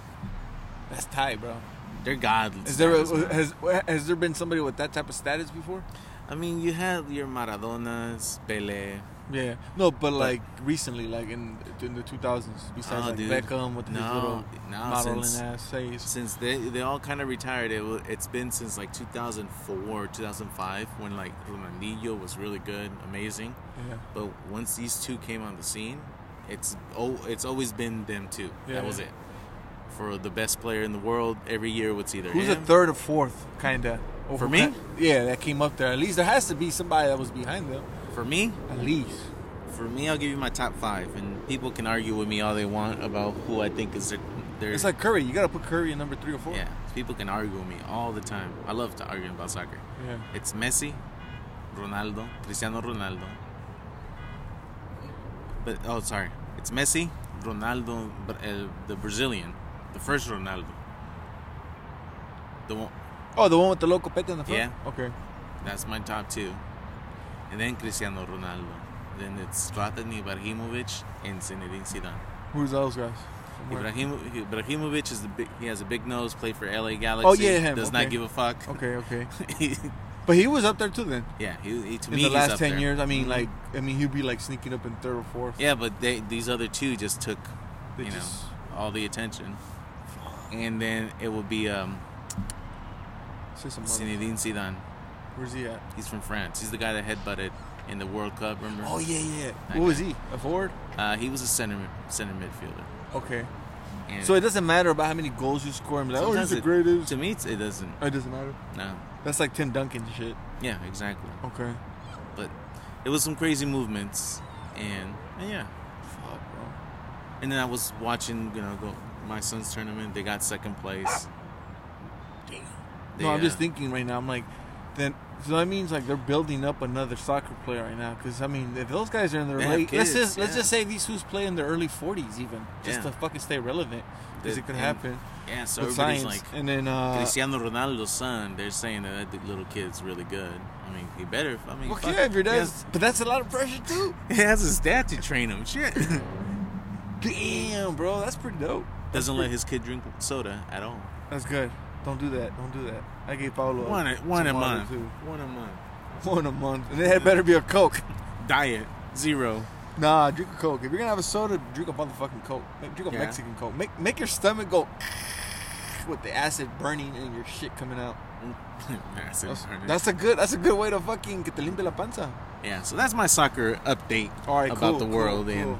That's tight, bro. They're godless. Is there a, has has there been somebody with that type of status before? I mean, you have your Maradonas, Pele. Yeah. No, but like recently, like in in the 2000s, besides Oh, like dude. Beckham with his No, little no, modeling since- ass face. Since they they all kind of retired, it, wa- it's been since like 2004, 2005 when like Ronaldinho was really good, amazing. Yeah. But once these two came on the scene, it's oh, it's always been them two. Yeah, that was yeah. it. For the best player in the world, every year it's either Who's a him. third or fourth, kinda? over me? that- yeah, that came up there. At least there has to be somebody that was behind them. for me, At least. for me, I'll give you my top five, and people can argue with me all they want about who I think is their. their It's like Curry. You gotta put Curry in number three or four. yeah, people can argue with me all the time. I love to argue about soccer. Yeah. It's Messi, Ronaldo, Cristiano Ronaldo. But oh, sorry, it's Messi, Ronaldo, Br- uh, the Brazilian, the first Ronaldo. The one, Oh, the one with the local pet in the front. Yeah. Okay. that's my top two, and then Cristiano Ronaldo. Then it's Zlatan Ibrahimovic and Zinedine Zidane. Who's those guys? Ibrahimo, Ibrahimovic is the big, he has a big nose. Played for LA Galaxy. Oh, yeah, him, Does okay. not give a fuck. Okay. Okay. He- But he was up there too then. [LAUGHS] yeah, he, he [LAUGHS] to In me the he's last up ten there. years, I mean, Mhm. like, I mean, he'd be like sneaking up in third or fourth. Yeah, but they, these other two just took, They you just- know, all the attention. And then it will be um, Say some other- Zinedine Zidane. Where's he at? He's from France. He's the guy that headbutted in the World Cup. Remember? Oh yeah, yeah. Mm-hmm. That What was guy. he? A forward? Uh, he was a center center midfielder. Okay. And So it doesn't matter about how many goals you score. I'm like, oh, he's sometimes the it- greatest. To me, it's- it doesn't. It doesn't matter. No. That's like Tim Duncan shit. Yeah, exactly. Okay. But it was some crazy movements, and, and yeah. Fuck, bro. And then I was watching, you know, go, my son's tournament. They got second place. They, No, I'm uh, just thinking right now. I'm like, then so that means like they're building up another soccer player right now. Because I mean, if those guys are in their They have late, let's kids, just let's yeah. just say these who's play in their early 40s, even just Yeah. to fucking stay relevant, because That- it could and happen Yeah, so with everybody's science. like, and then uh, Cristiano Ronaldo's son, they're saying that that little kid's really good. I mean, he better. I mean, well, fuck, yeah, if your he dad's, has- but that's a lot of pressure too. he has his dad to train him. Shit, Damn, bro, that's pretty dope. [LAUGHS] doesn't let his kid drink soda at all. That's good. Don't do that. Don't do that. I gave Paolo One, a, one a some water, month. too. One a month. One a month, and it had better be a Coke. Diet zero. [LAUGHS] Nah, drink a Coke. If you're gonna have a soda, drink a motherfucking Coke. Make, drink a Yeah. Mexican Coke. Make make your stomach go with the acid burning and your shit coming out. That's it. That's, that's a good. That's a good way to fucking get the limpia la panza. yeah. So that's my soccer update All right, about cool, the cool, world. cool. And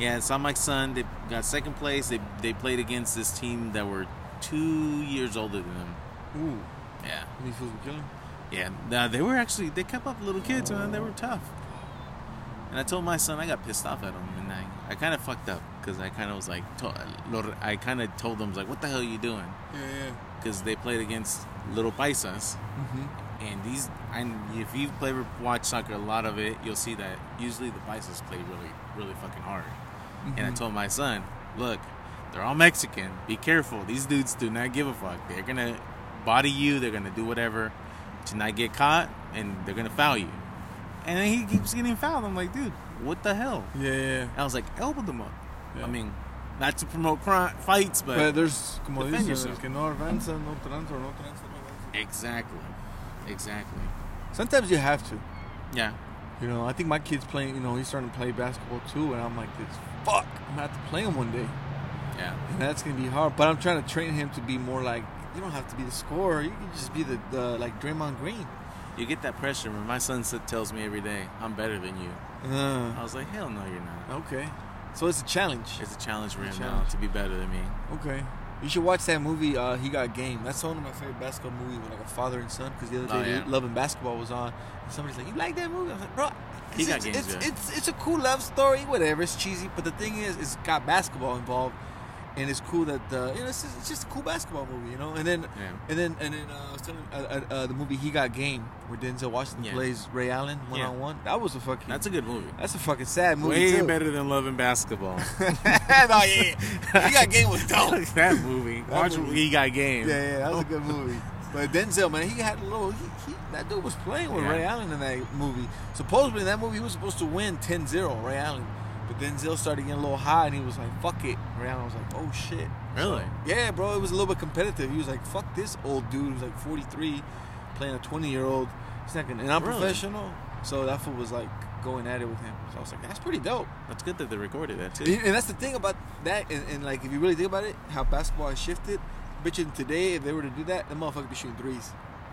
yeah, so my son, they got second place. They they played against this team that were two years older than them. Ooh, Yeah. these fools were killing. Yeah, nah, uh, they were actually they kept up little kids, man. They were tough. And I told my son I got pissed off at them, and I, I kind of fucked up because I kind of was like, to- lo- I kind of told them like, "What the hell are you doing?" Yeah, yeah. Because they played against Little Paisas, Mm-hmm. and these, and if you've played watch soccer, a lot of it, you'll see that usually the Paisas play really, really fucking hard. And I told my son, "Look, they're all Mexican. Be careful. These dudes do not give a fuck. They're gonna body you. They're gonna do whatever to not get caught, and they're gonna foul you." And then he keeps getting fouled. I'm like, dude, what the hell? Yeah, yeah. I was like, elbow them up. Yeah. I mean, not to promote crime, fights, but, But there's, como defend dicen, el yourself. que no avanza, no tranza, no tranza, no avanza. exactly, exactly. Sometimes you have to. Yeah, You know, I think my kid's playing, you know, he's starting to play basketball too, and I'm like, this fuck, I'm gonna have to play him one day. yeah, And that's gonna be hard, but I'm trying to train him to be more like, you don't have to be the scorer, you can just be the, the like Draymond Green. you get that pressure. When my son s- tells me every day, "I'm better than you," Uh, I was like, hell no, you're not. okay. So it's a challenge. Uh-huh. It's a challenge for It's him a now challenge. to be better than me. Okay. You should watch that movie, uh, He Got Game. That's one of my favorite basketball movies, with like a father and son, because the Oh, other day, yeah. Love and Basketball was on, and somebody's like, You like that movie? I was like, Bro, He it's, Got it's, Game's it's, good." it's, it's a cool love story, whatever, it's cheesy, but the thing is, it's got basketball involved, and it's cool that, uh, you know, it's just, it's just a cool basketball movie, you know? And then, Yeah. and then, and then, uh, I was telling, uh, uh, uh, the movie He Got Game, where Denzel Washington Yeah. plays Ray Allen one on one. That was a fucking, That's a good movie. that's a fucking sad movie. Way too. better than Love and [LAUGHS] Basketball. [LAUGHS] no, yeah, yeah. He Got Game was dope. that movie. Watch movie. He Got Game. Yeah, yeah, that was a good movie. But Denzel, man, he had a little. He, he, that dude was playing with Yeah. Ray Allen in that movie. Supposedly in that movie, he was supposed to win 10-0, Ray Allen. But Denzel started getting a little high, and he was like, "Fuck it." Ray Allen was like, "Oh shit." Really? Yeah, bro, it was a little bit competitive. He was like, "Fuck this old dude who's like forty three, playing a twenty year old. He's not gonna." And I'm Really? professional, so that fool was like going at it with him. So I was like, "That's pretty dope." That's good that they recorded that too. And and that's the thing about that, and, and like if you really think about it, how basketball has shifted. Bitching today, if they were to do that, the motherfucker be shooting threes.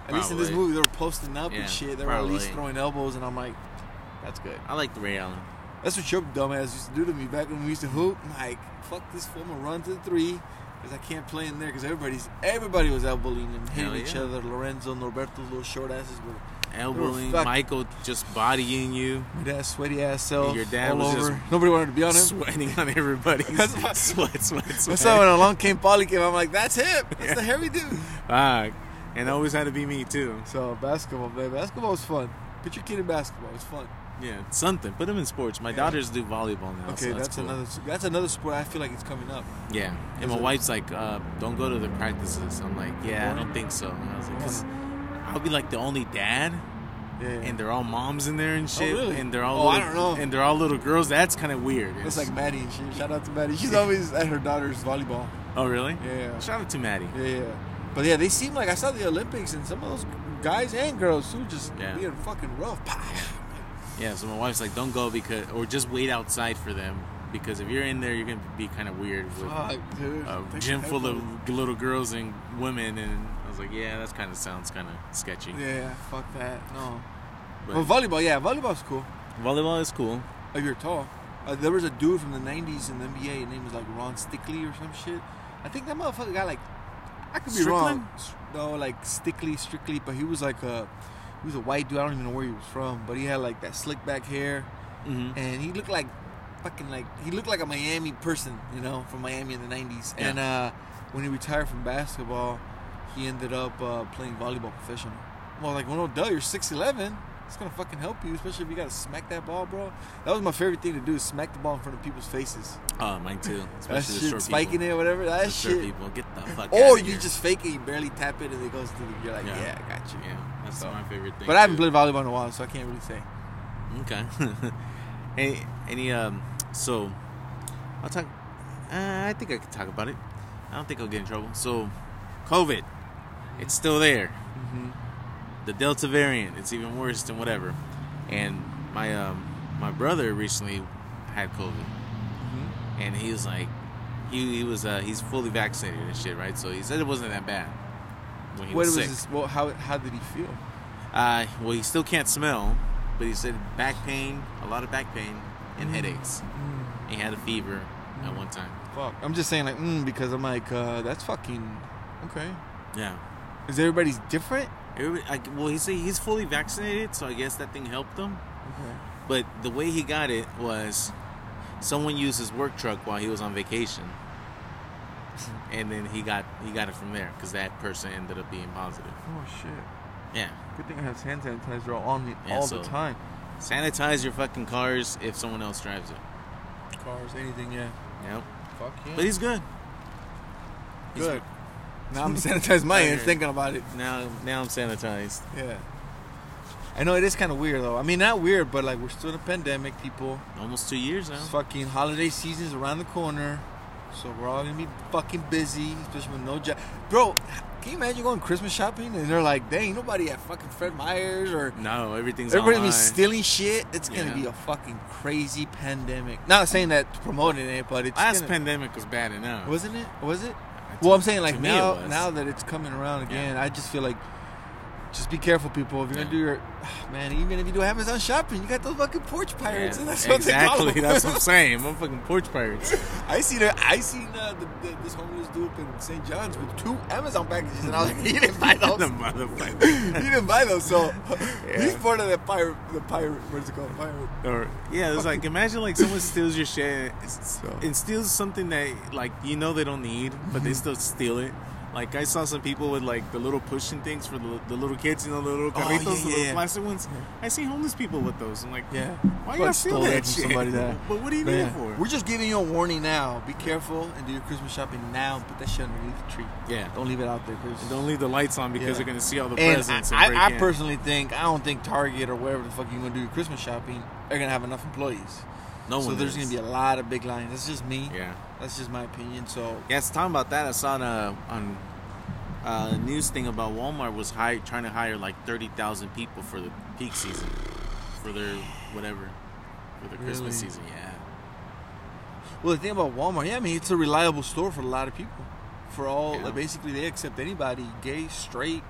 At least in this Probably. movie, they were posting up Yeah, and shit. They were at least probably. throwing elbows, and I'm like, that's good. I like Ray Allen. That's what your dumbass used to do to me back when we used to hoop. I'm like, fuck this fool, I'm gonna run to the three because I can't play in there because everybody's everybody was elbowing and hitting Hell each yeah. other. Lorenzo, and Norberto's little short asses were Elbowing, fuck- Michael just bodying you. that sweaty ass self. Your dad all was over. just Nobody wanted to be on him. sweating on everybody. [LAUGHS] That's my- [LAUGHS] sweat, sweat, sweat. What's up? When along came Polly came, I'm like, that's him. That's Yeah. the hairy dude. Fuck. And always had to be me too. [LAUGHS] So basketball, man. Basketball is fun. Put your kid in basketball. It's fun. Yeah, something. Put them in sports. My Yeah. daughters do volleyball now. Okay, so that's, cool. another. That's another sport. I feel like it's coming up. Yeah, and Is my it- wife's like, uh, "Don't go to the practices." I'm like, "Yeah, I don't think so." And I was like, "Cause I'll be like the only dad, Yeah. and they're all moms in there and shit, really? and they're all Oh, I little, don't know. and they're all little girls. That's kind of weird. that's [LAUGHS] It's- like Maddie and shit. Shout out to Maddie. She's always at her daughter's volleyball. oh really? Yeah. Shout out to Maddie. Yeah, yeah. But yeah, they seem like I saw the Olympics and some of those guys and girls too just Yeah. being fucking rough. [LAUGHS] Pow. Yeah, so my wife's like, "Don't go because, or just wait outside for them because if you're in there, you're gonna be kind of weird with Fuck, dude. a Take gym the full headphones. of little girls and women." And I was like, "Yeah, that's kind of sounds kind of sketchy." Yeah, fuck that. No. But- But volleyball, yeah, volleyball's cool. Volleyball is cool. if you're tall. Uh, there was a dude from the 90s in the NBA. His name was like Ron Stickley or some shit. I think that motherfucker got like. I could be wrong. S- No, like Stickley, Strictly, but he was like a. He was a white dude. I don't even know where he was from, but he had like that slick back hair, Mm-hmm. and he looked like fucking like he looked like a Miami person, you know, from Miami in the '90s. Yeah. And uh, when he retired from basketball, he ended up uh, playing volleyball professional. Well, like, well, no, duh, you're 6'11. It's gonna fucking help you, especially if you gotta smack that ball, bro. That was my favorite thing to do: is smack the ball in front of people's faces. Oh, mine too. That Especially the shit, short spiking people. it or whatever. That The short shit. people, get the fuck. Or outta you here. just fake it, you barely tap it, and it goes to the. You're like, yeah, Yeah. I got you. Yeah, that's So- my favorite thing. But I haven't too. played volleyball in a while, so I can't really say. Okay. [LAUGHS] any, any, um, so I'll talk. Uh, I think I could talk about it. I don't think I'll get in trouble. So, COVID, it's still there. The Delta variant, it's even worse than whatever. And my um, my brother recently had COVID, and he was like, he, he was uh, he's fully vaccinated and shit, right? So he said it wasn't that bad. When he What was was sick. this? Well, how how did he feel? Uh, well, he still can't smell, but he said back pain, a lot of back pain, Mm. and headaches. He had a fever at one time. Fuck. I'm just saying like mm, because I'm like uh, that's fucking okay. Yeah. Is everybody's different? Everybody, I, well, he said he's fully vaccinated, so I guess that thing helped him. Okay. But the way he got it was someone used his work truck while he was on vacation, [LAUGHS] and then he got he got it from there because that person ended up being positive. Oh shit! Yeah, Good thing I have hand sanitizer on me Yeah, all so- the time. sanitize your fucking cars if someone else drives it. Cars, anything, yeah. Yep. Fuck yeah. But he's good. He's- Good. Now I'm sanitized [LAUGHS] my hands Tired. thinking about it. Now, now I'm sanitized. Yeah. I know it is kind of weird though. I mean, not weird, but like we're still in a pandemic, people. Almost two years now. It's fucking holiday season's around the corner, so we're all gonna be fucking busy, especially with no job. Bro, can you imagine going Christmas shopping and they're like, "Dang, nobody at fucking Fred Meyer's or No, everything's everybody's online. be stealing shit." It's gonna Yeah. be a fucking crazy pandemic. Not saying that promoting it, but it's Last gonna- pandemic was bad enough. wasn't it? Was it? To- Well, I'm saying to like me it now, was. now that it's coming around again, I just feel like just be careful, people. If you're Yeah. gonna do your ah, man, even if you do Amazon shopping, you got those fucking porch pirates, Yeah, and [LAUGHS] that's exactly. what they call that's what them. I'm saying. I'm fucking porch pirates. [LAUGHS] I seen a, I seen uh, the, the, this homeless dude up in St. John's with two Amazon packages, and I was like, [LAUGHS] he didn't buy [LAUGHS] the those. he motherfucker. didn't buy those, so [LAUGHS] [LAUGHS] Yeah. he's part of the pirate. The pirate, what's it called? Pirate. or yeah, it's like imagine like someone steals your shit and, s- So- Mm-hmm. and steals something that like you know they don't need, but they still steal it. Like I saw some people with like the little pushing things for the, the little kids, you know, the little Oh, carritos, yeah, the little yeah. plastic ones. I see homeless people with those. I'm like, Yeah. why Well, I y'all steal stole that that from shit? somebody that- But what do you need it for? We're just giving you a warning now. Be careful and do your Christmas shopping now. Put that shit underneath the tree. Yeah. Don't leave it out there. Cause Don't leave the lights on because Yeah. they're gonna see all the and presents. I, I, and I break in. personally think I don't think Target or wherever the fuck you're gonna do your Christmas shopping, they're gonna have enough employees. no so one there's gonna be a lot of big lines. That's just me. yeah. That's just my opinion. So Yes, talking about that, I saw on a on uh, a news thing about Walmart was hire, trying to hire like thirty thousand people for the peak season, for their whatever, for the Really? Christmas season. Yeah, Well, the thing about Walmart, yeah, I mean, it's a reliable store for a lot of people. For all, Yeah. like, basically, they accept anybody, gay, straight,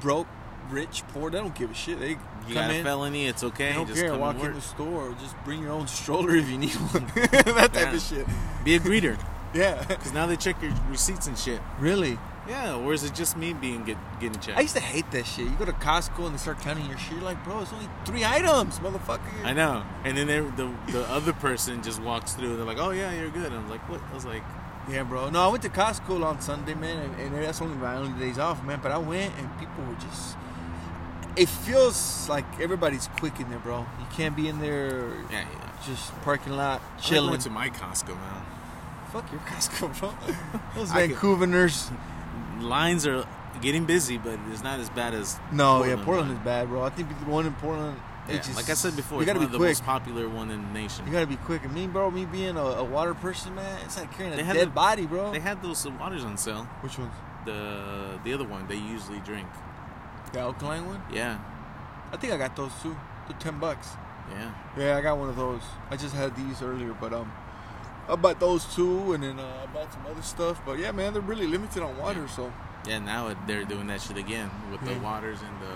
broke, rich, poor. They don't give a shit. They you come got a in, felony, it's okay. they don't just care. come Walk and in work. the store, just bring your own stroller if you need one. [LAUGHS] that type Yeah. of shit. Be [LAUGHS] a greeter, [LAUGHS] Yeah. because now they check your receipts and shit. Really? Yeah, or is it just me being get, getting checked? I used to hate that shit. You go to Costco and they start counting your shit. You're like, bro, it's only three items, motherfucker. I know. And then there, the the other person just walks through. and They're like, "Oh yeah, you're good." I'm like, "What?" I was like, Yeah, bro. No, I went to Costco on Sunday, man, and, and that's only my only days off, man. But I went and people were just. It feels like everybody's quick in there, bro. You can't be in there "Yeah, yeah." just parking lot I chilling. went to my Costco man. Fuck your Costco, bro. [LAUGHS] Those I could- Vancouverers. lines are getting busy, but it's not as bad as No, yeah, Portland is bad, bro. I think the one in Portland. it Yeah, just- like I said before, you it's gotta one be of the quick. most popular one in the nation. You gotta be quick. And me, bro, me being a, a water person, man, it's like carrying a They dead had the- body, bro. They had those uh, waters on sale. Which ones? The the other one they usually drink. The alkaline one. Yeah, I think I got those too. They're ten bucks. yeah. Yeah, I got one of those. I just had these earlier, but um, I bought those two, and then uh, I bought some other stuff. But yeah, man, they're really limited on water, so Yeah, now it- they're doing that shit again with Yeah. the waters and the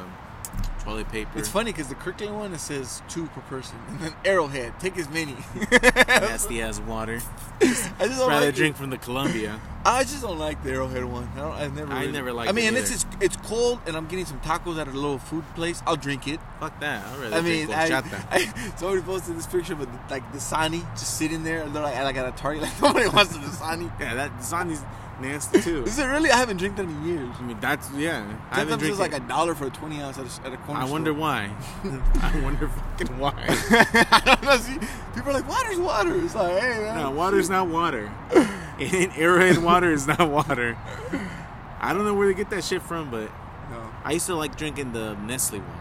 toilet paper. it's funny because the Kirkland one it says two per person, and then Arrowhead take as many. [LAUGHS] Nasty ass water. I just don't Rather like drink from the Columbia. It. I just don't like the Arrowhead one. I don't. I've never. I really- never liked I mean, it unless it's either. it's cold and I'm getting some tacos at a little food place, I'll drink it. Fuck that. I rather I mean, [LAUGHS] drink I, horchata. I- somebody posted this picture with like the Dasani just sitting there, and they're like, like at a Target, [LAUGHS] like nobody wants the [LAUGHS] Dasani. yeah, that Zani's nasty too. Is it really? I haven't drank that in years. I mean, that's yeah. I haven't Sometimes it's drinking- like a dollar for a twenty ounce at a, at a corner. I wonder Store. why. [LAUGHS] I wonder fucking why. [LAUGHS] I don't know, see, people are like, "Water's water." It's like, hey, man. No, water's not water. [LAUGHS] And Arrowhead water is not water. I don't know where they get that shit from, but No. I used to like drinking the Nestle one.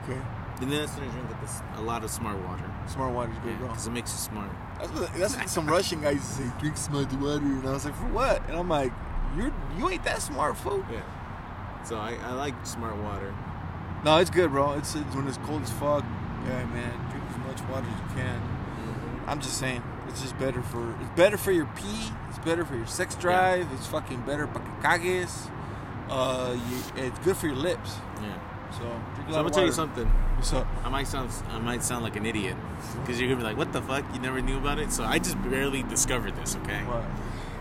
Okay. The Nestle drink with this, a lot of smart water. Smart water's good, bro. Because it makes you smart. That's what, that's what some Russian guys used to say. Drink smart water, and I was like, for what? And I'm like, you're you ain't that smart, fool. Yeah. So I, I like smart water. No, it's good, bro. It's, it's when it's cold as fuck. Yeah, man. Drink as much water as you can. I'm just saying, it's just better for it's better for your pee. It's better for your sex drive. It's fucking better para que cagues. Uh, you, it's good for your lips. Yeah. So, drink a So lot I'm gonna of tell you water. something. What's up? I might sound I might sound like an idiot because you're gonna be like, "What the fuck? You never knew about it." So I just barely discovered this. Okay. What?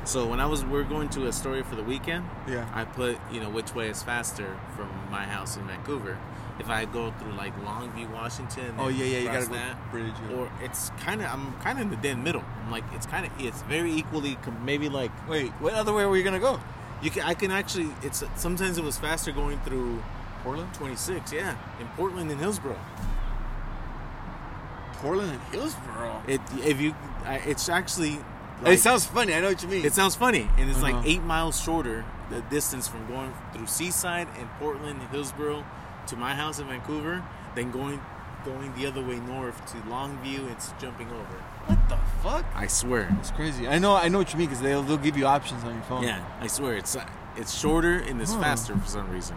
So when I was we are going to Astoria for the weekend, Yeah. I put, you know, which way is faster from my house in Vancouver. if I go through like Longview, Washington. and Oh yeah, yeah, you cross gotta go that, bridge. yeah. Or it's kind of I'm kind of in the dead middle. I'm like it's kind of it's very equally com- maybe like Wait, what other way were you gonna go? you can I can actually it's sometimes it was faster going through Portland. 26 yeah in Portland and Hillsborough. Portland and Hillsboro. It if you I, it's actually it sounds funny. I know what you mean. It sounds funny, and it's Uh-huh. like eight miles shorter the distance from going through Seaside and Portland and Hillsboro to my house in Vancouver than going going the other way north to Longview. It's jumping over. what the fuck? I swear. It's crazy. I know. I know what you mean because they'll they'll give you options on your phone. Yeah, I swear. It's uh, it's shorter and it's Huh. faster for some reason.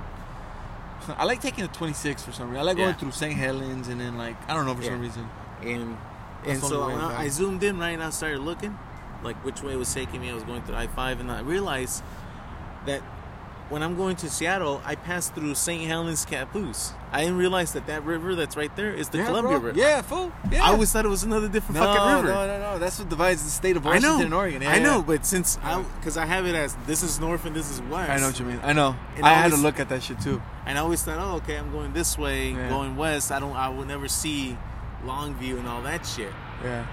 I like taking the 26 for some reason. I like going Yeah. through St. Helens and then like I don't know for some Yeah. reason. And That's and the so only way when back. I, I zoomed in right and I started looking, like which way it was taking me. I was going through I five, and I realized that when I'm going to Seattle, I passed through St. Helens Caboose. I didn't realize that that river that's right there is the yeah, Columbia bro. River. Yeah, fool. Yeah. I always thought it was another different no, fucking river. No, no, no. That's what divides the state of I Washington know, and Oregon. Yeah, I know, yeah. but since I, because I have it as this is north and this is west. I know what you mean. I know. It I had to always- look at that shit too. And I always thought, oh, okay, I'm going this way, Yeah. going west. I don't, I will never see Longview and all that shit. Yeah.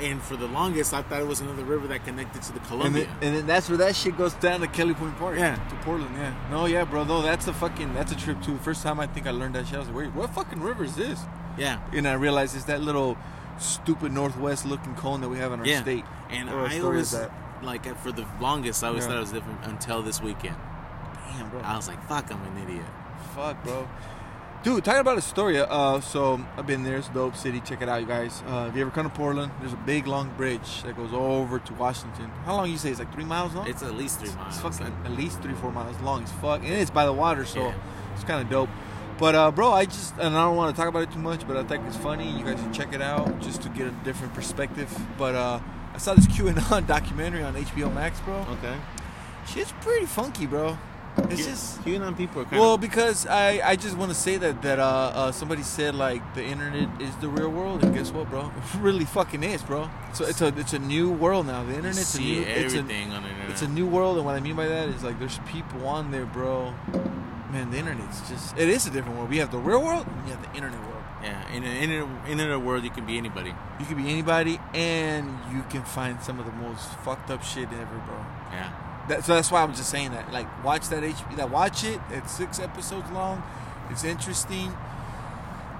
And for the longest, I thought it was another river that connected to the And Columbia. then, and then that's where that shit goes down to Kelly Point Park. Yeah. To Portland, yeah. No, yeah, bro. No, that's a fucking, that's a trip too. First time I think I learned that shit, I was like, wait, what fucking river is this? yeah, And I realized it's that little stupid northwest looking cone that we have in our yeah. state. And Or our I story always, is that. like, uh, for the longest, I always Yeah. thought it was different until this weekend. Damn, bro. I was like, fuck, I'm an idiot. Fuck, bro. Dude, talking about Astoria. Uh, so I've been there. It's a dope city. Check it out, you guys. Uh, if you ever come to Portland, there's a big long bridge that goes over to Washington. How long you say? It's like three miles long. It's at least three miles. It's fucking at least three, four miles long as fuck, and it's by the water, so Yeah. it's kind of dope. But uh, bro, I just and I don't want to talk about it too much, but I think it's funny. You guys should check it out just to get a different perspective. But uh, I saw this [LAUGHS] QAnon documentary on HBO Max, bro. Okay. Shit's pretty funky, bro. It's Q- just QAnon people are kind well of. because I I just want to say that that uh, uh somebody said like the internet is the real world, and guess what, bro? [LAUGHS] It really fucking is, bro. So it's a it's a new world now. The You internet's a see new it's a, everything on the internet. it's a new world, and what I mean by that is like there's people on there, bro. Man, the internet's just it is a different world. We have the real world, and we have the internet world. Yeah, in an internet, internet world, you can be anybody. You can be anybody, and you can find some of the most fucked up shit ever, bro. Yeah. That, so that's why I'm just saying that. Like, watch that HP. That watch it. It's six episodes long. It's interesting.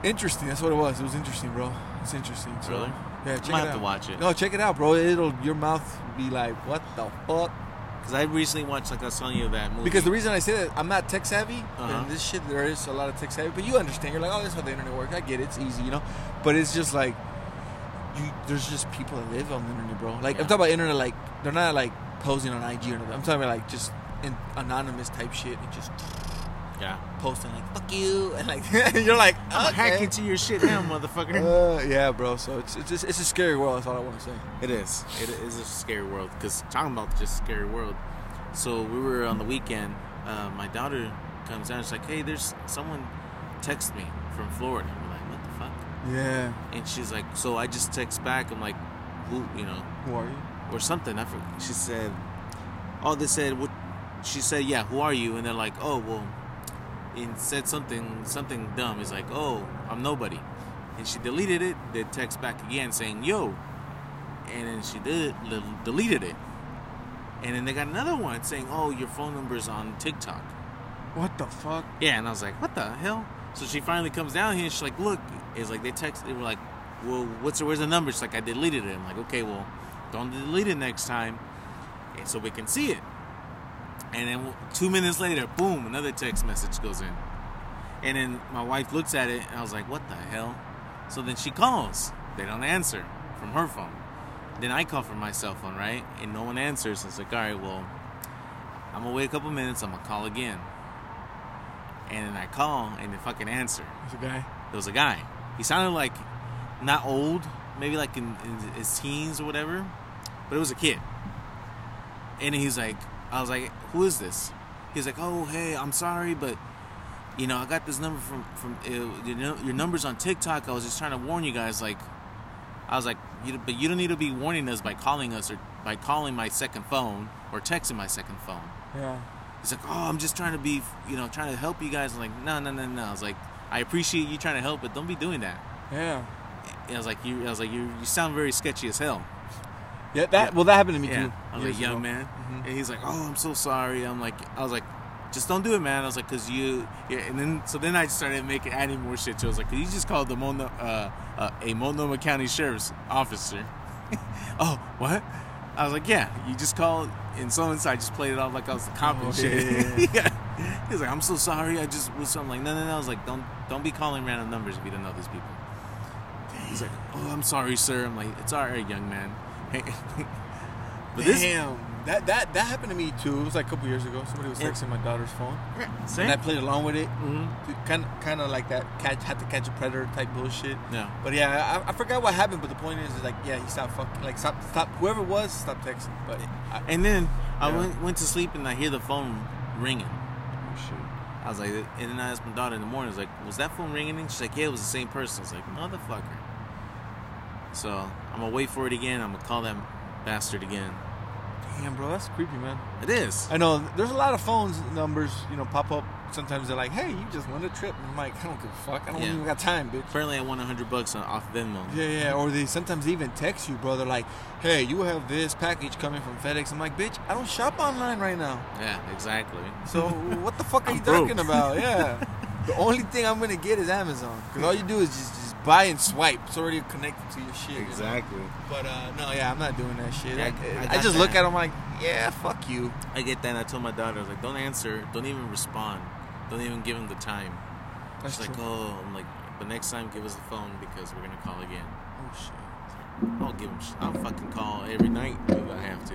Interesting. That's what it was. It was interesting, bro. It's interesting. So, Really? Yeah, check might it have to out. watch it. No, check it out, bro. It'll your mouth be like, what the fuck. Because I recently watched, like I was telling you, that movie. Because the reason I say that I'm not tech savvy, Uh-huh. and this shit there is a lot of tech savvy, but you understand. You're like, oh, that's how the internet works. I get it. It's easy, you know. But it's just like, you there's just people that live on the internet, bro. Like I'm Yeah. talking about internet, like they're not like posing on IG or nothing. I'm talking about like just in, anonymous type shit and just yeah, posting like fuck you [LAUGHS] and like you're like I'm hack okay. into your shit now, motherfucker. Uh, yeah, bro. So it's it's just, it's a scary world. That's all I want to say. It is. It is a scary world. Because talking about just scary world. So we were on the weekend. Uh, my daughter comes down. She's like, "Hey, there's someone text me from Florida." I'm like, "What the fuck?" Yeah. And she's like, "So I just text back. I'm like, who, you know, Who are you? or something." I forgot. She said, "Oh, they said what?" She said, "Yeah, who are you?" And they're like, "Oh, well," and said something something dumb. It's like, "Oh, I'm nobody." And she deleted it. They text back again saying, "Yo," and then she did del- deleted it. And then they got another one saying, "Oh, your phone number's on TikTok." What the fuck? Yeah, and I was like, "What the hell?" So she finally comes down here. and She's like, "Look," it's like they text. They were like, "Well, what's where's the number?" She's like, "I deleted it." I'm like, "Okay, well, don't delete it next time, and so we can see it." And then two minutes later, boom, another text message goes in, and then my wife looks at it, and I was like, "What the hell?" So then she calls. They don't answer from her phone. Then I call from my cell phone, right? And no one answers. It's like, all right, well, I'm gonna wait a couple minutes. I'm gonna call again. And then I call, and they fucking answer. It's a guy. There was a guy. He sounded like not old, maybe like in, in his teens or whatever, but it was a kid. And he's like, I was like, who is this? He's like, oh hey, I'm sorry, but you know I got this number from from uh, you know your numbers on TikTok. I was just trying to warn you guys. Like, I was like, you, but you don't need to be warning us by calling us or by calling my second phone or texting my second phone. Yeah. He's like, oh, I'm just trying to be, you know, trying to help you guys. I'm like, no, no, no, no. I was like, I appreciate you trying to help, but don't be doing that. Yeah. And I was like, you. I was like, you. You sound very sketchy as hell. Yeah, that well that happened to me Yeah. too. I was like, Years ago. young man, mm-hmm. and he's like, oh, I'm so sorry. I'm like, I was like, just don't do it, man. I was like, cause you. Yeah, and then so then I started making adding more shit. So I was like, you just called the Mono, uh, uh, a Monoma County Sheriff's Officer. [LAUGHS] oh, what? I was like, yeah, you just called, and so and so. I just played it off like I was the cop Oh, and yeah, shit. yeah, [LAUGHS] Yeah. He's like, I'm so sorry. I just was. I'm like, no, no, no. I was like, don't, don't be calling random numbers if you don't know these people. He's like, oh, I'm sorry, sir. I'm like, it's all right, young man. [LAUGHS] Hey. but this, Damn. That that that happened to me too. It was like a couple years ago. Somebody was Yeah. texting my daughter's phone. same. And I played along with it. Mhm. Kind of, kind of like that catch, had to catch a predator type bullshit. Yeah. But yeah, I, I forgot what happened. But the point is, is like, yeah, he stopped fucking, like, stop, stop. Whoever it was, stop texting. But I, And then I Yeah. went went to sleep and I hear the phone ringing. oh, shit. I was like, and then I asked my daughter in the morning. I was like, was that phone ringing? And she's like, yeah, it was the same person. I was like, motherfucker. So I'm gonna wait for it again. I'm gonna call that bastard again. Damn, bro, that's creepy, man. It is. I know. There's a lot of phones numbers, you know, pop up. Sometimes they're like, "Hey, you just won a trip." And I'm like, "I don't give a fuck. I don't Yeah. even got time, bitch." Apparently, I won 100 bucks on off Venmo. Yeah, yeah. Or they sometimes even text you, bro. They're like, "Hey, you have this package coming from FedEx." I'm like, "Bitch, I don't shop online right now." Yeah, exactly. [LAUGHS] So what the fuck are I'm you broke. talking [LAUGHS] about? Yeah. the only thing I'm gonna get is Amazon. Cause all you do is just, just buy and swipe. It's already connected to your shit. you know? But uh, no, yeah, I'm not doing that shit. Yeah, I I, I, got just look that. at them like, yeah, fuck you. I get that. And I told my daughter, I was like, don't answer. Don't even respond. Don't even give him the time. That's she's like, true. oh, I'm like, the next time, give us the phone because we're gonna call again. oh shit. I'll give them. I'll fucking call every night if I have to.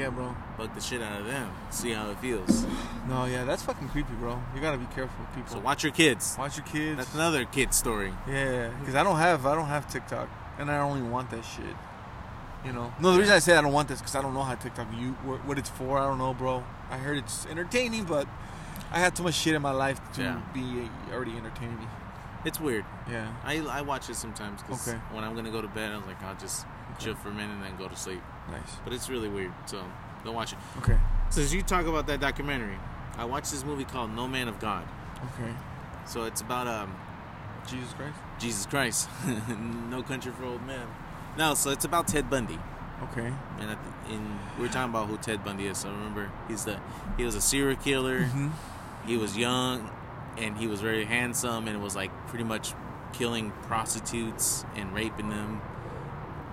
Yeah, bro. Bug the shit out of them. See how it feels. No, yeah, that's fucking creepy, bro. You gotta be careful, with people. So watch your kids. Watch your kids. That's another kid story. Yeah, because I don't have I don't have TikTok, and I only want that shit. You know. No, the reason I say I don't want this because I don't know how TikTok you what, what it's for. I don't know, bro. I heard it's entertaining, but I had too much shit in my life to Yeah. be already entertaining me. It's weird. Yeah. I, I watch it sometimes because Okay. when I'm gonna go to bed, I'm like I'll just chill for a minute and then go to sleep. Nice. But it's really weird. So don't watch it. Okay. Since you talk about that documentary, I watched this movie called No Man of God. Okay. So it's about um Jesus Christ. Jesus Christ, [LAUGHS] No Country for Old Men. No, so it's about Ted Bundy. Okay. and at the, in, we were talking about who Ted Bundy is. So remember, he's the he was a serial killer. Mm-hmm. He was young, and he was very handsome, and was like pretty much killing prostitutes and raping them.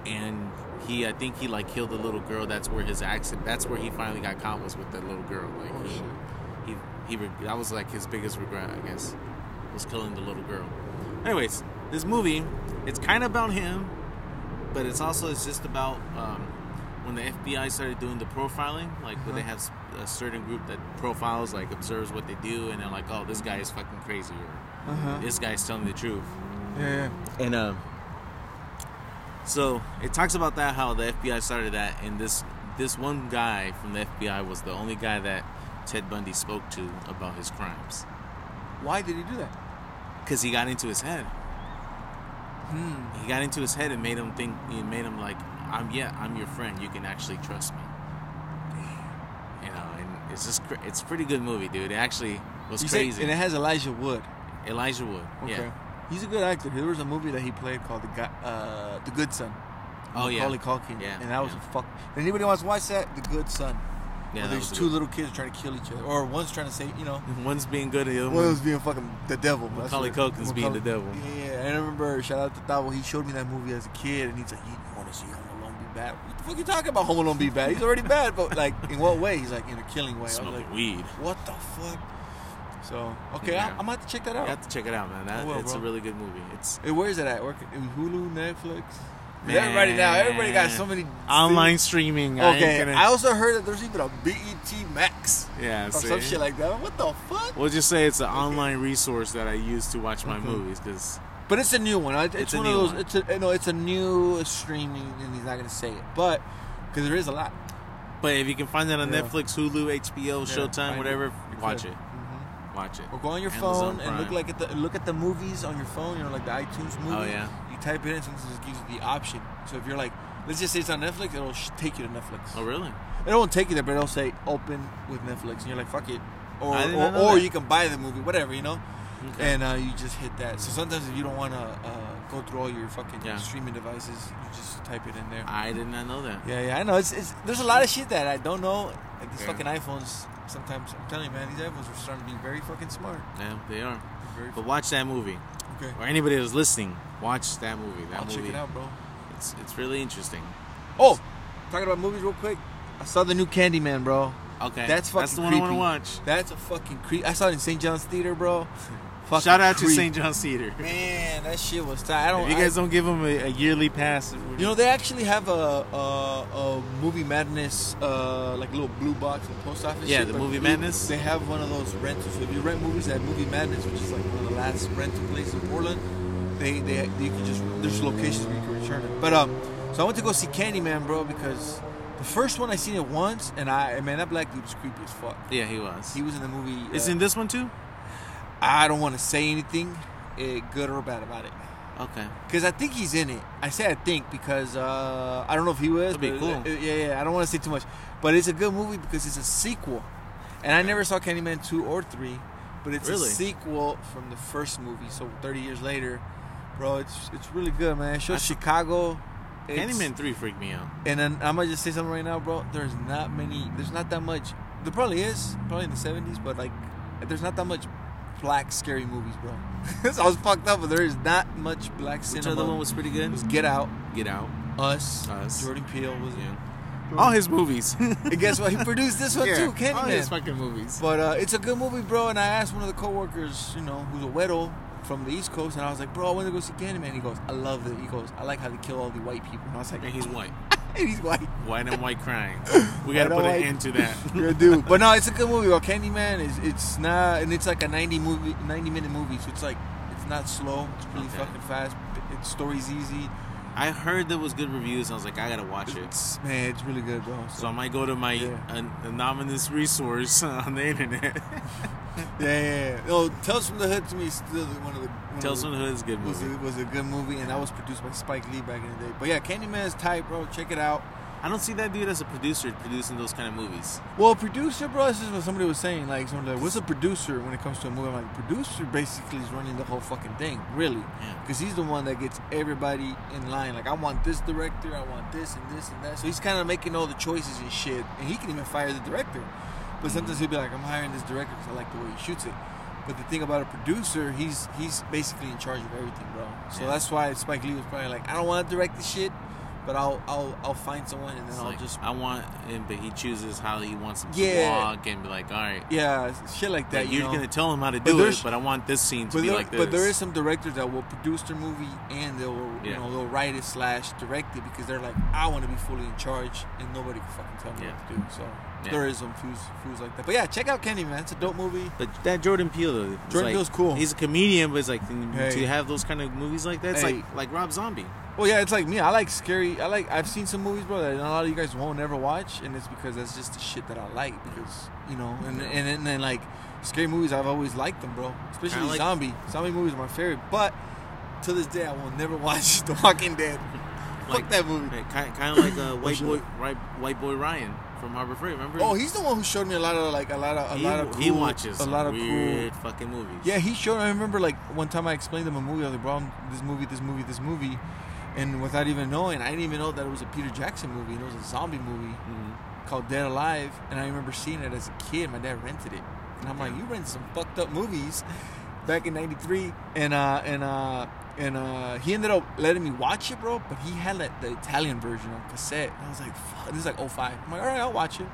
And he, I think he like killed a little girl. That's where his accident. That's where he finally got caught was with that little girl. Like Oh he, shit. he he reg- that was like his biggest regret i guess was killing the little girl anyways this movie it's kind of about him but it's also it's just about um, when the fbi started doing the profiling like when they have s- a certain group that profiles like observes what they do and they're like oh this guy is fucking crazy or Uh huh. this guy's telling the truth Yeah. and uh, so it talks about that how the FBI started that, and this this one guy from the FBI was the only guy that Ted Bundy spoke to about his crimes Why did he do that? because he got into his head. Hmm, He got into his head and made him think. He made him like, "I'm yeah, I'm your friend. You can actually trust me." You know, and it's just cra- it's a pretty good movie, dude. It actually was You said- crazy. and it has Elijah Wood. Elijah Wood. Okay. Yeah. He's a good actor. There was a movie that he played called The Guy, uh, The Good Son. Oh yeah. Macaulay Culkin. Yeah, And that was yeah. a fuck. Anybody wants to watch that? The Good Son. Yeah. Where that there's was a two good- little kids trying to kill each other, or one's trying to say, you know, [LAUGHS] One's being good, and the other one was one's being fucking the devil. but that's Macaulay what- Culkin's being the devil. Yeah, yeah. And I remember, shout out to Thabo. He showed me that movie as a kid, and he's like, "You want to see Home Alone be bad? What the fuck you talking about? Home Alone be bad? He's already bad, but like, in what way? He's like, in a killing way. I was smoking like, weed. what the fuck? So okay, Yeah. I, I'm gonna have to check that out. You have to check it out, man. That, I will, it's a Oh, bro. really good movie. It's Hey, where is it at? Where can, in Hulu, Netflix. Everybody now, everybody got so many online streaming. I ain't Okay, gonna- I also heard that there's even a BET Max yeah, or see? some shit like that. What the fuck? We'll just say it's an online resource that I use to watch my Okay. movies because But it's a new one. It's, It's it's a one new of one. those. It's a, eh, no, it's a new streaming, and he's not gonna say it, but because there is a lot. But if you can find that on Yeah. Netflix, Hulu, HBO, find Showtime, it. whatever, You watch could. it. Mm-hmm. Watch it. Or go on your Amazon phone and look Prime. like at the look at the movies on your phone. You know, like the iTunes movies. Oh, yeah. You type it in, sometimes it just gives you the option. So if you're like, let's just say it's on Netflix, it'll sh- take you to Netflix. Oh really? It won't take you there, but it'll say open with Netflix, and you're like, fuck it. Or I did or, not know or that. you can buy the movie, whatever you know. Okay. and uh, you just hit that. So sometimes if you don't want to uh, go through all your fucking Yeah. streaming devices, you just type it in there. I did not know that. Yeah, yeah, I know. It's, it's there's a lot of shit that I don't know. Like these Yeah. fucking iPhones. Sometimes I'm telling you, man, these iPhones are starting to be very fucking smart. Yeah, they are. Very But watch that movie, fu- okay. or anybody that's listening, watch that movie. That I'll movie, check it out, bro. it's it's really interesting. Oh, talking about movies real quick. I saw the new Candyman, bro. Okay, That's fucking that's the one I creepy. want to watch. That's a fucking creep. I saw it in St. John's Theater, [LAUGHS] bro. Fucking Shout out to creep. St. John's Theater. Man, that shit was tight. I don't. If you I- guys don't give them a, a yearly pass, You know they actually have a a, a movie madness uh, like little blue box in the post office. Yeah, shit, the but Movie blue- Madness. They have one of those rentals. So if you rent movies at Movie Madness, which is like one of the last rental places in Portland, they they you can just there's locations where you can return it. But um, so I went to go see Candyman, bro, because the first one I seen it once, and I man that black dude was creepy as fuck. yeah, he was. He was in the movie. uh, Is in this one too? I don't want to say anything, eh, good or bad about it. Okay. Because I think he's in it. I say I think because uh, I don't know if he was. That'd be but- cool. uh, yeah, yeah. I don't want to say too much, but it's a good movie because it's a sequel. And I never saw Candyman two or three, but it's Really? a sequel from the first movie. So thirty years later, bro, it's it's really good, man. It shows I saw- Chicago. It's- Candyman three freaked me out. And then I'm gonna just say something right now, bro. There's not many. There's not that much. There probably is, probably in the '70s, but like, there's not that much black scary movies, bro. [LAUGHS] That sounds fucked up, but there is not much black Which cinema. other one was pretty It good? was Get Out, Get Out. Us, Us. Jordan Peele was Yeah. it. All his movies. [LAUGHS] And guess what? He produced this one too, All his Candyman. fucking movies. But uh, it's a good movie, bro. And I asked one of the coworkers, you know, who's a widow from the East Coast, and I was like, bro, I want to go see Candyman. He goes, I love it. He goes, I like how they kill all the white people. And I was like, [LAUGHS] And he's white. he's white. White and white crime. [LAUGHS] We gotta White and put an white. end to that. Yeah, dude. [LAUGHS] But no, it's a good movie. Well, Candyman is it's not, and it's like a ninety movie, ninety minute movie. So it's like it's not slow. It's really Okay. fucking fast. Its story's easy. I heard there was good reviews. I was like, I gotta watch it. It's man, it's really good, bro. So I might go to my Yeah. an- anonymous resource [LAUGHS] on the internet. yeah, yeah, yeah. No, Tales from the Hood to me is still one of the one of Tales the- from the Hood is a good was movie. a, was a good movie, and that was produced by Spike Lee back in the day. But yeah, Candyman is tight, bro. Check it out. I don't see that dude as a producer producing those kind of movies. Well, producer, bro, this is what somebody was saying. Like, somebody like, what's a producer when it comes to a movie? I'm like, producer basically is running the whole fucking thing, really. Yeah. Because he's the one that gets everybody in line. Like, I want this director, I want this and this and that. So he's kind of making all the choices and shit. And he can even fire the director. Mm-hmm. But sometimes he'll be like, I'm hiring this director because I like the way he shoots it. But the thing about a producer, he's he's basically in charge of everything, bro. So Yeah. that's why Spike Lee was probably like, I don't want to direct this shit, but I'll I'll I'll find someone and then It's I'll like, just I want him, but he chooses how he wants him to Yeah. walk and be like, all right, yeah, shit like that. like, you you're know? gonna tell him how to But do it, there's- but I want this scene to But be there, like this. but there is some directors that will produce their movie and they'll you Yeah. know they'll write it slash direct it because they're like I want to be fully in charge and nobody can fucking tell me Yeah. what to do. So Yeah. there is some fools fools like that. But yeah, check out Candyman. It's a dope movie. But that Jordan Peele, though, it's Jordan like- Peele's cool. He's a comedian, but it's like Hey. to have those kind of movies like that, it's Hey. like like Rob Zombie. Well, yeah, it's like me. I like scary. I like I've seen some movies, bro, that a lot of you guys won't ever watch, and it's because that's just the shit that I like because you know, and Yeah. and, and then like scary movies, I've always liked them, bro. Especially Kinda like- zombie zombie movies are my favorite, but. To this day, I will never [LAUGHS] watch The Walking [LAUGHS] Dead. Like- Fuck that movie. Kind, kind of like [CLEARS THROAT] uh, white shit. boy, right, white boy Ryan from Harbor Freight. Remember? Oh, he's the one who showed me a lot of like a lot of a he, lot of cool, he watches a lot of weird cool. fucking movies. Yeah, he showed. I remember like one time I explained him a movie. I was like, "Bro, I'm- this movie, this movie, this movie," and without even knowing, I didn't even know that it was a Peter Jackson movie. and It was a zombie movie Mhm. called Dead Alive, and I remember seeing it as a kid. My dad rented it, and I'm like, "You rent some fucked up movies back in '93," and uh and uh and uh he ended up letting me watch it, bro. But he had like the Italian version on cassette, and I was like, "Fuck!" This is like 05. I'm like, "All right, I'll watch it,"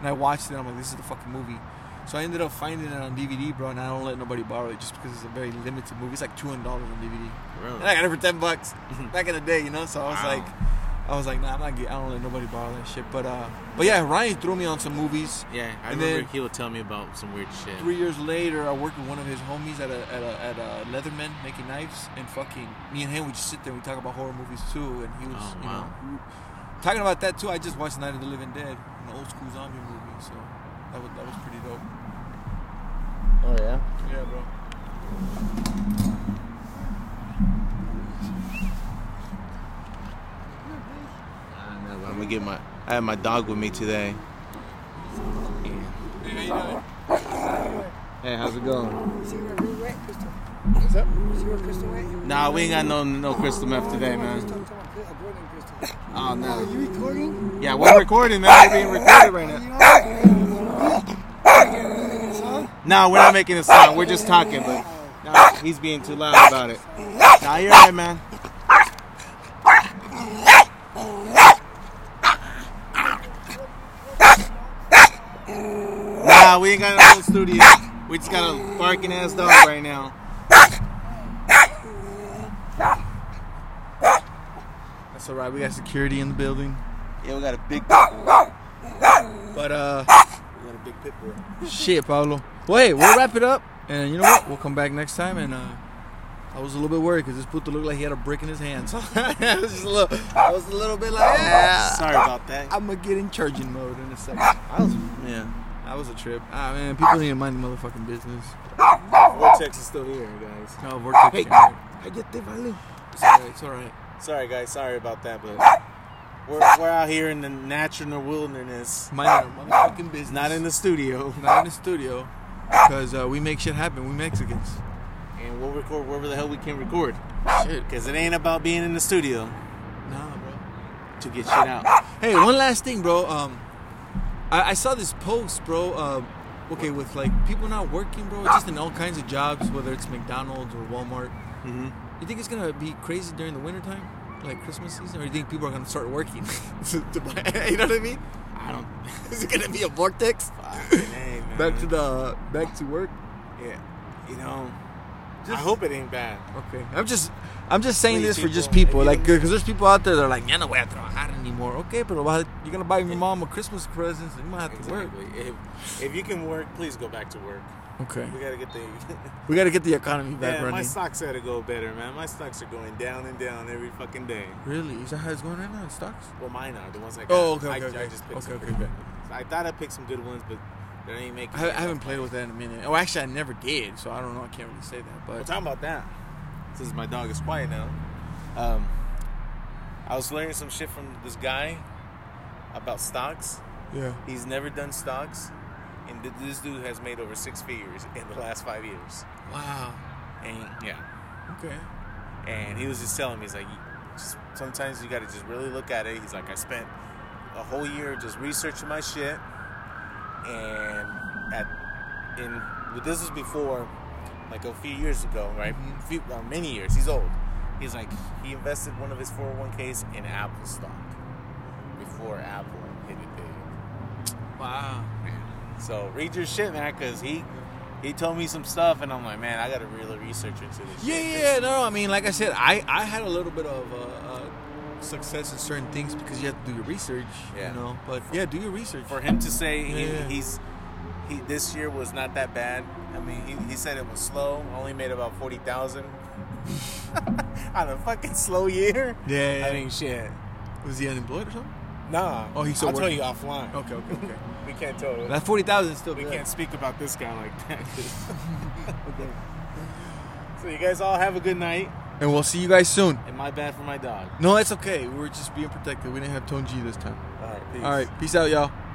and I watched it. and I'm like, "This is the fucking movie." So I ended up finding it on DVD, bro, and I don't let nobody borrow it just because it's a very limited movie. It's like two hundred dollars on DVD. Really? And I got it for ten [LAUGHS] bucks back in the day, you know. So I was Wow. like, I was like, nah, I'm not. Get, I don't let nobody borrow that shit. But uh, but yeah, Ryan threw me on some movies. Yeah, I And remember then- he would tell me about some weird shit. Three years later, I worked with one of his homies at a at a, at a Leatherman making knives, and fucking me and him, we just sit there, and we talk about horror movies too, and he was, Oh, you wow. know, we- talking about that too. I just watched Night of the Living Dead, an old school zombie movie, so that was that was pretty dope. Oh yeah. Yeah, bro. I'm gonna Uh, get my. I had my dog with me today. Hey, how you doing? Hey, how's it going? Is he gonna do White, Crystal. What's up? You see what Crystal White? Nah, we ain't got no no crystal meth today, Come on, man. Crystal, come on, Crystal, I'm going Crystal. Oh Are no. you recording? Yeah, we're recording, man. We're being recorded right now. You know what? You're gonna make a song? No, we're not making a song. We're just talking, but nah, he's being too loud about it. Nah, you're right, man. Nah, we ain't got no own studio. We just got a barking ass dog right now. That's alright. We got security in the building. Yeah, we got a big. But uh, We got a big pit bull. shit, Pablo. Wait, we'll wrap it up, and you know what? We'll come back next time. And uh, I was a little bit worried because this puto looked like he had a brick in his [LAUGHS] hand. So I was just a little, I was a little bit like, "Ah, [LAUGHS] Sorry about that. I'm gonna get in charging mode in a second. I was, Yeah. that was a trip. Ah man, people need to mind their motherfucking business. Ah! Vortex is still here, guys. No, vortex. chamber. It's alright. It's alright. Sorry, guys. Sorry about that, but Ah! we're, we're out here in the natural wilderness. Mind your motherfucking business. Not in the studio. not in the studio because uh, we make shit happen. We Mexicans. and we'll record wherever the hell we can record. Shit. Because it ain't about being in the studio Nah, bro. to get shit out. Hey, one last thing, bro. Um, I, I saw this post, bro. Um, okay, with like people not working, bro, just in all kinds of jobs, whether it's McDonald's or Walmart. Mhm. You think it's gonna be crazy during the wintertime? Like Christmas season, or you think people are gonna start working? [LAUGHS] to, to buy, [LAUGHS] you know what I mean? I don't. Is it gonna be a vortex? [LAUGHS] Fucking hey, man. Back to the back to work. Yeah. You know, I Just- hope it ain't bad. Okay, I'm just, I'm just saying Please, this for just people, people, if you like, because there's people out there that are like, "Yeah, no voy a trabajar anymore." Okay, but you're gonna buy your mom a Christmas present, so you might have to work. Exactly. If, if you can work, please go back to work. Okay, We gotta get the. [LAUGHS] we gotta get the economy back yeah, my running. stocks had to go better, man. My stocks are going down and down every fucking day. really? Is that how it's going right now? Stocks? Well, mine are the ones I got. Oh, okay, I, okay, I okay. just picked Okay, some okay, pretty okay. ones. I thought I picked some good ones, but they ain't making. I, I haven't played with that in a minute. Oh, actually, I never did, so I don't know. I can't really say that, Well, but talking about that, since my dog is quiet now, um, I was learning some shit from this guy about stocks. yeah, He's never done stocks, and th- this dude has made over six figures in the last five years. wow. And yeah, Okay, and he was just telling me, he's like, just, sometimes you got to just really look at it. He's like, I spent a whole year just researching my shit, and at in but this was before, like a few years ago, right? Mhm. Few, uh, many years. He's old. He's like, he invested one of his 401ks in Apple stock before Apple hit it big. wow. So read your shit, man, because he he told me some stuff, and I'm like, man, I gotta really research into this. Yeah, shit, yeah, 'cause- yeah, no, I mean, like I said, I, I had a little bit of uh, uh, success in certain things because you have to do your research, Yeah. you know. But yeah, do your research. For him to say he, Yeah. he's he this year was not that bad. I mean, he, he said it was slow. Only made about forty thousand [LAUGHS] on a fucking slow year. Yeah, yeah. I mean, shit. Was he unemployed or something? Nah. Oh, he's still I'll tell working. you offline. Okay, okay, okay. [LAUGHS] We can't tell. that forty thousand is still we good. can't speak about this guy [LAUGHS] like that. [LAUGHS] Okay. so you guys all have a good night, And we'll see you guys soon. and my bad for my dog. No, it's okay. We were just being protected. We didn't have Tone G this time. All right. Peace. All right, peace out, y'all.